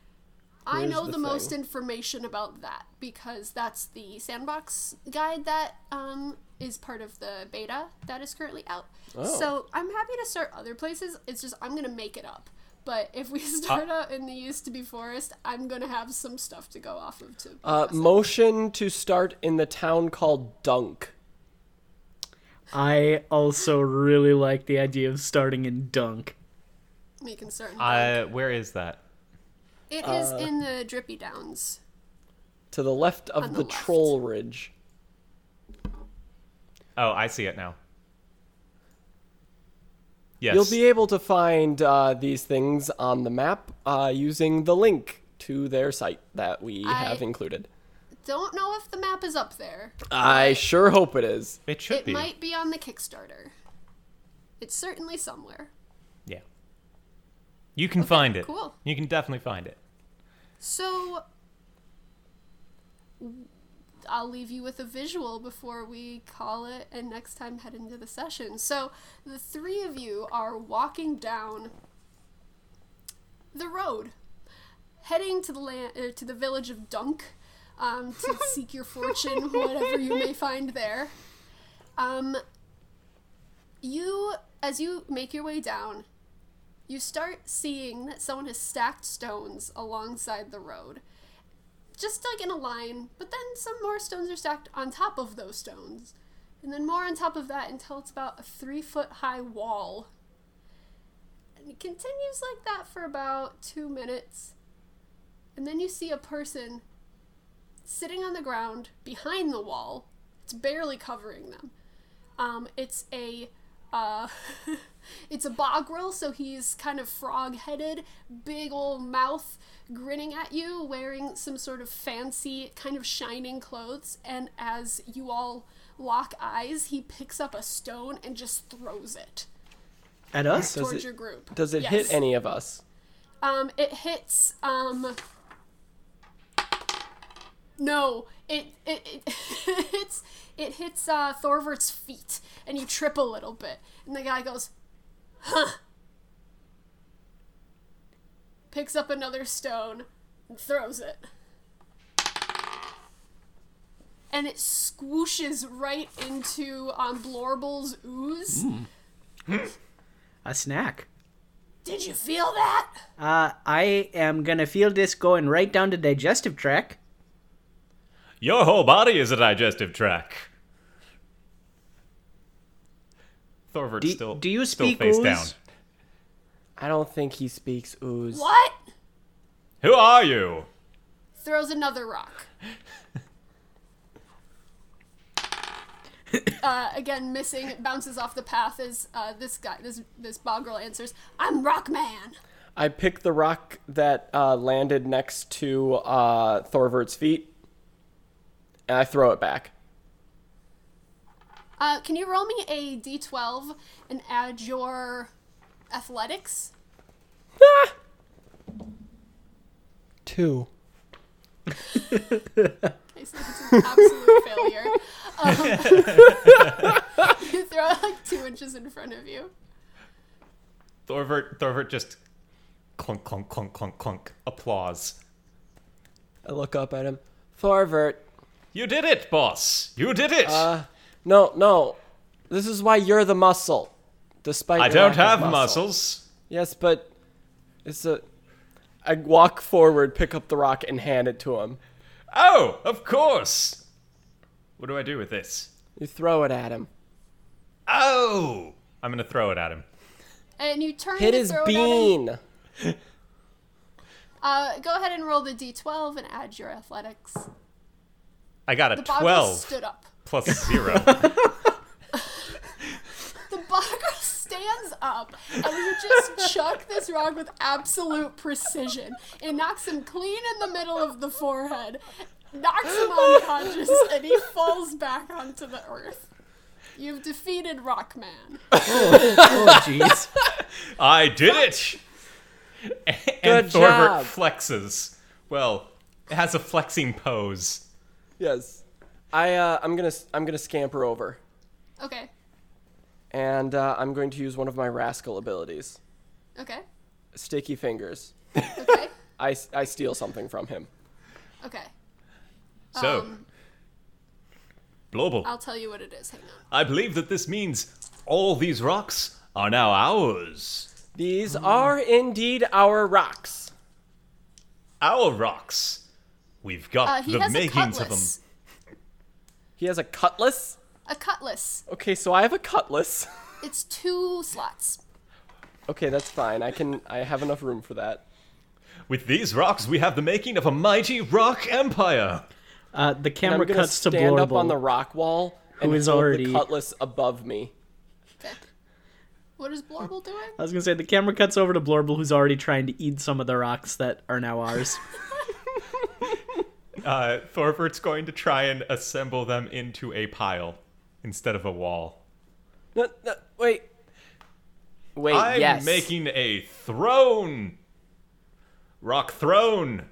[SPEAKER 2] I
[SPEAKER 3] Here's
[SPEAKER 2] know
[SPEAKER 3] the
[SPEAKER 2] the, most
[SPEAKER 3] thing.
[SPEAKER 2] information about that because that's the sandbox guide that um, is part of the beta that is currently out.
[SPEAKER 3] Oh.
[SPEAKER 2] So I'm happy to start other places. It's just I'm gonna make it up. But if we start out in the used to be forest, I'm gonna have some stuff to go off of too.
[SPEAKER 3] Uh, motion to start in the town called Dunk.
[SPEAKER 4] I also really like the idea of starting in dunk.
[SPEAKER 2] me concerned.
[SPEAKER 5] I. Where is that?
[SPEAKER 2] it
[SPEAKER 3] uh,
[SPEAKER 2] is in the Drippy Downs.
[SPEAKER 3] to the left of
[SPEAKER 2] On the
[SPEAKER 3] the,
[SPEAKER 2] left.
[SPEAKER 3] troll ridge.
[SPEAKER 5] Oh, I see it now. Yes.
[SPEAKER 3] You'll be able to find uh, these things on the map uh, using the link to their site that we
[SPEAKER 2] I-
[SPEAKER 3] have included.
[SPEAKER 2] don't know if the map is up there.
[SPEAKER 3] I sure hope it is.
[SPEAKER 5] It should
[SPEAKER 2] it
[SPEAKER 5] be.
[SPEAKER 2] might be on the Kickstarter. It's certainly somewhere.
[SPEAKER 5] Yeah. You can find it.
[SPEAKER 2] cool.
[SPEAKER 5] You can definitely find it.
[SPEAKER 2] So w- I'll leave you with a visual before we call it and next time head into the session. So the three of you are walking down the road heading to the land er, to the village of Dunk um, to seek your fortune whatever you may find there. Um you as you make your way down you start seeing that someone has stacked stones alongside the road. Just like in a line, but then some more stones are stacked on top of those stones. And then more on top of that until it's about a three foot high wall. And it continues like that for about two minutes. And then you see a person sitting on the ground behind the wall. It's barely covering them. Um, it's a uh, it's a bogrel, so he's kind of frog-headed, big old mouth, grinning at you, wearing some sort of fancy, kind of shining clothes. And as you all lock eyes, he picks up a stone and just throws it
[SPEAKER 4] At us?
[SPEAKER 3] Does
[SPEAKER 2] towards
[SPEAKER 3] it-
[SPEAKER 2] your group.
[SPEAKER 3] Does it
[SPEAKER 2] Yes.
[SPEAKER 3] hit any of us?
[SPEAKER 2] Um, it hits. Um, no, it it, it it hits it hits uh, Thorvert's feet, and you trip a little bit, and the guy goes, "Huh." Picks up another stone and throws it. And it squooshes right into um, Blorble's ooze.
[SPEAKER 4] A snack.
[SPEAKER 2] Did you feel that?
[SPEAKER 4] Uh, I am gonna feel this going right down to digestive tract.
[SPEAKER 5] Your whole body is a digestive tract. Thorvert
[SPEAKER 4] Do-
[SPEAKER 5] still
[SPEAKER 4] do you
[SPEAKER 5] still
[SPEAKER 4] speak
[SPEAKER 5] face
[SPEAKER 4] ooze?
[SPEAKER 5] down.
[SPEAKER 3] I don't think he speaks ooze.
[SPEAKER 2] What?
[SPEAKER 5] Who are you?
[SPEAKER 2] throws another rock. uh, again, missing, it bounces off the path as uh, this guy, this this bog girl answers, "I'm Rock Man."
[SPEAKER 3] I pick the rock that uh, landed next to uh, Thorvert's feet, and I throw it back.
[SPEAKER 2] Uh, can you roll me a d12 and add your athletics?
[SPEAKER 3] Two.
[SPEAKER 2] I think it's an absolute failure. Um, you throw it like two inches in front of you.
[SPEAKER 5] Thorvert Thorvert just clunk clunk clunk clunk clunk applause.
[SPEAKER 3] I look up at him. Thorvert.
[SPEAKER 5] You did it, boss. You did it.
[SPEAKER 3] No, no. This is why you're the muscle. Despite
[SPEAKER 5] I
[SPEAKER 3] your
[SPEAKER 5] don't
[SPEAKER 3] lack of
[SPEAKER 5] have
[SPEAKER 3] muscle.
[SPEAKER 5] muscles.
[SPEAKER 3] Yes, but it's a. I walk forward, pick up the rock, and hand it to him.
[SPEAKER 5] Oh, of course. What do I do with this?
[SPEAKER 3] You throw it at him.
[SPEAKER 5] Oh, I'm gonna throw it at him.
[SPEAKER 2] And you turn
[SPEAKER 3] Hit
[SPEAKER 2] to
[SPEAKER 3] his
[SPEAKER 2] throw it at him.
[SPEAKER 3] bean.
[SPEAKER 2] Uh, go ahead and roll the d12 and add your athletics.
[SPEAKER 5] I got a
[SPEAKER 2] The bog girl
[SPEAKER 5] twelve
[SPEAKER 2] stood up.
[SPEAKER 5] plus zero.
[SPEAKER 2] The Bagra stands up and you just chuck this rock with absolute precision. It knocks him clean in the middle of the forehead, knocks him unconscious, and he falls back onto the earth. You've defeated Rockman.
[SPEAKER 4] Oh, jeez.
[SPEAKER 5] I did it. And
[SPEAKER 3] Good
[SPEAKER 5] Thorvert
[SPEAKER 3] job.
[SPEAKER 5] flexes. Well, it has a flexing pose.
[SPEAKER 3] Yes. I uh, I'm gonna s- I'm gonna scamper over,
[SPEAKER 2] Okay,
[SPEAKER 3] and uh, I'm going to use one of my rascal abilities,
[SPEAKER 2] okay,
[SPEAKER 3] sticky fingers.
[SPEAKER 2] okay,
[SPEAKER 3] I, s- I steal something from him.
[SPEAKER 2] okay.
[SPEAKER 5] So,
[SPEAKER 2] Um,
[SPEAKER 5] Blobble,
[SPEAKER 2] I'll tell you what it is. Hang on.
[SPEAKER 5] I believe that this means all these rocks are now ours.
[SPEAKER 3] These
[SPEAKER 2] Mm.
[SPEAKER 3] are indeed our rocks.
[SPEAKER 5] Our rocks. We've got
[SPEAKER 2] Uh, he
[SPEAKER 5] the
[SPEAKER 2] has a
[SPEAKER 5] makings of them.
[SPEAKER 2] cutlass.
[SPEAKER 3] He has a cutlass.
[SPEAKER 2] A cutlass.
[SPEAKER 3] Okay, so I have a cutlass.
[SPEAKER 2] It's two slots.
[SPEAKER 3] Okay, that's fine. I can I have enough room for that.
[SPEAKER 5] With these rocks, we have the making of a mighty rock empire.
[SPEAKER 4] Uh, the
[SPEAKER 3] And
[SPEAKER 4] camera
[SPEAKER 3] I'm gonna
[SPEAKER 4] cuts to
[SPEAKER 3] stand up on the
[SPEAKER 4] Blorble.
[SPEAKER 3] rock wall and
[SPEAKER 4] is
[SPEAKER 3] hold
[SPEAKER 4] already-
[SPEAKER 3] the cutlass above me.
[SPEAKER 2] Okay. What is Blorble doing?
[SPEAKER 4] I was gonna say the camera cuts over to Blorble, who's already trying to eat some of the rocks that are now ours.
[SPEAKER 5] Uh, Thorvert's going to try and assemble them into a pile instead of a wall.
[SPEAKER 3] No, no, wait. Wait,
[SPEAKER 5] I'm
[SPEAKER 3] yes.
[SPEAKER 5] making a throne. Rock throne.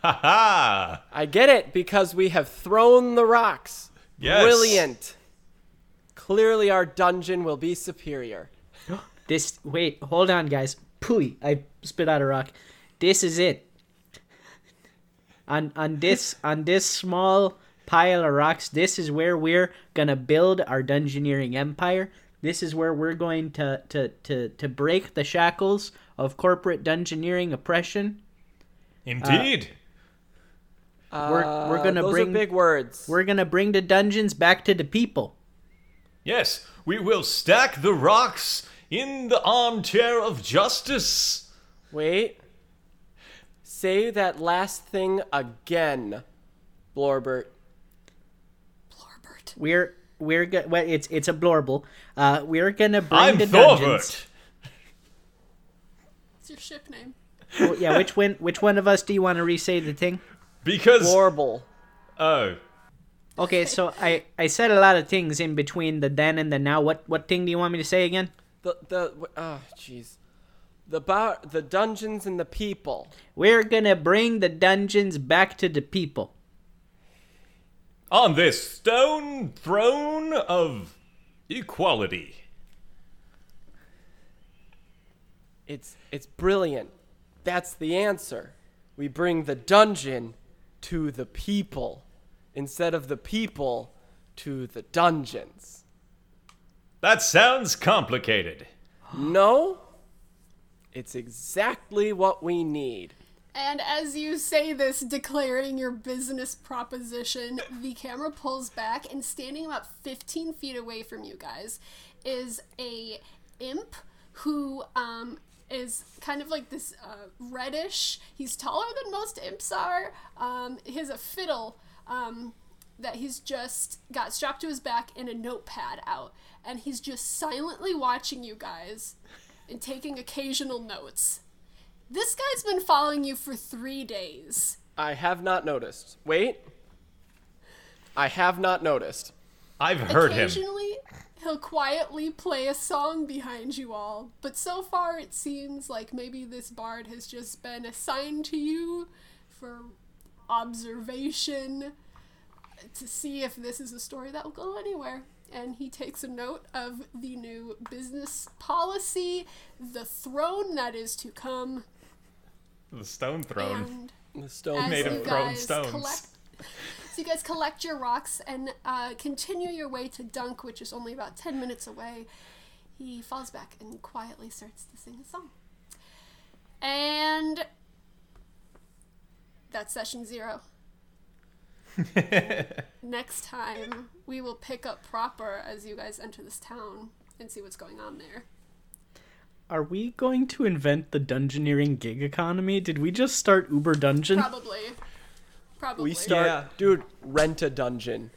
[SPEAKER 5] Ha ha.
[SPEAKER 3] I get it because we have thrown the rocks.
[SPEAKER 5] Yes.
[SPEAKER 3] Brilliant. Uh, Clearly, our dungeon will be superior.
[SPEAKER 4] This wait, hold on, guys. Pooey, I spit out a rock. This is it. On on this on this small pile of rocks, this is where we're gonna build our dungeoneering empire. This is where we're going to to to, to break the shackles of corporate dungeoneering oppression.
[SPEAKER 5] Indeed.
[SPEAKER 4] We're we're gonna
[SPEAKER 3] Uh, those
[SPEAKER 4] bring
[SPEAKER 3] are big words.
[SPEAKER 4] we're gonna bring the dungeons back to the people.
[SPEAKER 5] yes, we will stack the rocks in the armchair of justice.
[SPEAKER 3] Wait. Say that last thing again, Blorbert.
[SPEAKER 2] Blorbert.
[SPEAKER 4] We're we're go- well, it's it's a blorble. Uh, we're gonna bring
[SPEAKER 5] I'm
[SPEAKER 4] the dungeons.
[SPEAKER 5] Thorvert.
[SPEAKER 2] It's your ship name.
[SPEAKER 4] Well, yeah, which one? Which one of us do you want to re-say the thing?
[SPEAKER 5] Because
[SPEAKER 3] Blorble.
[SPEAKER 5] oh,
[SPEAKER 4] Okay, so I I said a lot of things in between the then and the now. What what thing do you want me to say again?
[SPEAKER 3] The the oh jeez. The bar, the dungeons and the people.
[SPEAKER 4] We're gonna bring the dungeons back to the people.
[SPEAKER 5] on this stone throne of equality.
[SPEAKER 3] It's it's brilliant. That's the answer. We bring the dungeon to the people instead of the people to the dungeons.
[SPEAKER 5] That sounds complicated.
[SPEAKER 3] No? It's exactly what we need.
[SPEAKER 2] And as you say this, declaring your business proposition, the camera pulls back, and standing about 15 feet away from you guys is a imp who um, is kind of like this uh, reddish. He's taller than most imps are. Um, he has a fiddle um, that he's just got strapped to his back and a notepad out, and he's just silently watching you guys and taking occasional notes. This guy's been following you for three days.
[SPEAKER 3] I have not noticed. Wait. I have not noticed.
[SPEAKER 5] I've heard him.
[SPEAKER 2] Occasionally, he'll quietly play a song behind you all, but so far it seems like maybe this bard has just been assigned to you for observation to see if this is a story that will go anywhere. And he takes a note of the new business policy, the throne that is to come,
[SPEAKER 5] The stone throne.
[SPEAKER 2] and
[SPEAKER 3] The stone
[SPEAKER 2] As
[SPEAKER 5] made
[SPEAKER 2] you
[SPEAKER 5] of thrown
[SPEAKER 2] guys
[SPEAKER 5] stones.
[SPEAKER 2] Collect, so you guys collect your rocks and uh, continue your way to Dunk, which is only about ten minutes away. He falls back and quietly starts to sing a song. And that's session zero. Next time we will pick up proper as you guys enter this town and see what's going on there.
[SPEAKER 4] Are we going to invent the dungeoneering gig economy? Did we just start Uber Dungeon?
[SPEAKER 2] Probably. Probably.
[SPEAKER 3] We start
[SPEAKER 5] Yeah.
[SPEAKER 3] dude, rent a dungeon.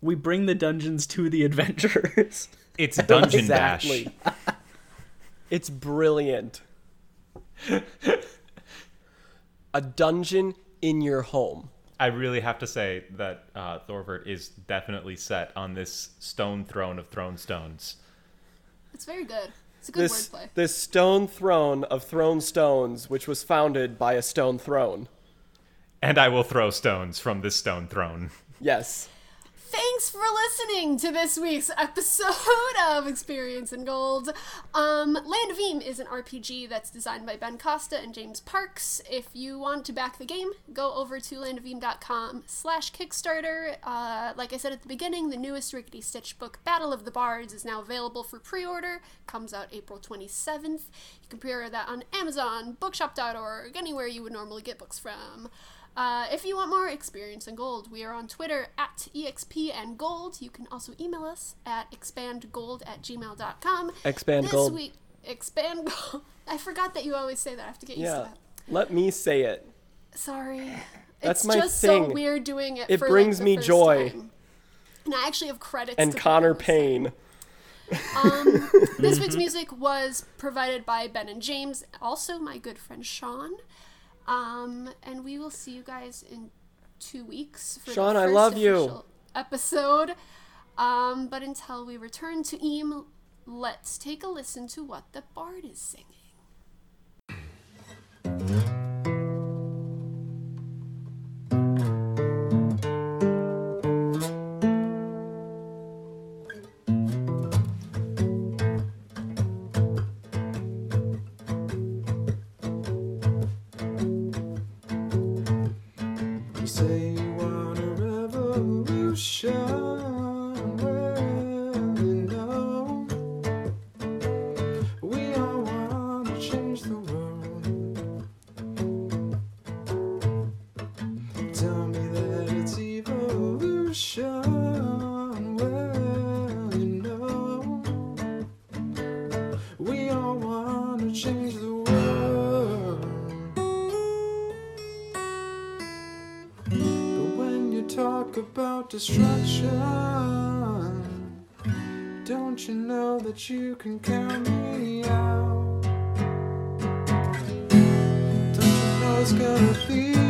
[SPEAKER 4] We bring the dungeons to the adventurers.
[SPEAKER 5] It's Dungeon
[SPEAKER 3] exactly.
[SPEAKER 5] Dash.
[SPEAKER 3] it's brilliant. a dungeon in your home.
[SPEAKER 5] I really have to say that uh, Thorvert is definitely set on this stone throne of throne stones.
[SPEAKER 2] It's very good. It's a good
[SPEAKER 3] This
[SPEAKER 2] wordplay.
[SPEAKER 3] this stone throne of thrown stones, which was founded by a stone throne.
[SPEAKER 5] And I will throw stones from this stone throne.
[SPEAKER 3] Yes.
[SPEAKER 2] thanks for listening to this week's episode of Experience in Gold. Um, Land of Eam is an RPG that's designed by Ben Costa and James Parks. If you want to back the game, go over to landofeam.com slash Kickstarter. Uh, like I said at the beginning, the newest Rickety Stitch book, Battle of the Bards, is now available for pre-order. Comes out April 27th. You can pre-order that on Amazon, bookshop.org, anywhere you would normally get books from. Uh, if you want more experience and gold, we are on Twitter at exp and gold. You can also email us at expandgold at gmail.com.
[SPEAKER 3] Expand
[SPEAKER 2] this
[SPEAKER 3] gold.
[SPEAKER 2] week, expand gold. I forgot that you always say that. I have to get used
[SPEAKER 3] Yeah.
[SPEAKER 2] to that.
[SPEAKER 3] Let me say it.
[SPEAKER 2] Sorry.
[SPEAKER 3] That's
[SPEAKER 2] it's
[SPEAKER 3] my
[SPEAKER 2] just so
[SPEAKER 3] thing.
[SPEAKER 2] weird doing it.
[SPEAKER 3] It
[SPEAKER 2] for, like,
[SPEAKER 3] brings
[SPEAKER 2] the
[SPEAKER 3] me
[SPEAKER 2] first
[SPEAKER 3] joy.
[SPEAKER 2] time. And I actually have credits.
[SPEAKER 3] And
[SPEAKER 2] to put
[SPEAKER 3] Connor
[SPEAKER 2] on this.
[SPEAKER 3] Payne. Mm-hmm.
[SPEAKER 2] This week's music was provided by Ben and James, also my good friend Sean. Um, and we will see you guys in two weeks for
[SPEAKER 3] Sean,
[SPEAKER 2] the
[SPEAKER 3] I
[SPEAKER 2] first
[SPEAKER 3] love you.
[SPEAKER 2] official episode. Um, but until we return to Eam, let's take a listen to what the bard is singing.
[SPEAKER 7] You say you want a revolution. Well, you know, we all want to change the world. Tell me that it's evolution. Well, you know, we all want to change the world. But when you talk about destruction, don't you know that you can count me out? Don't you know it's gonna be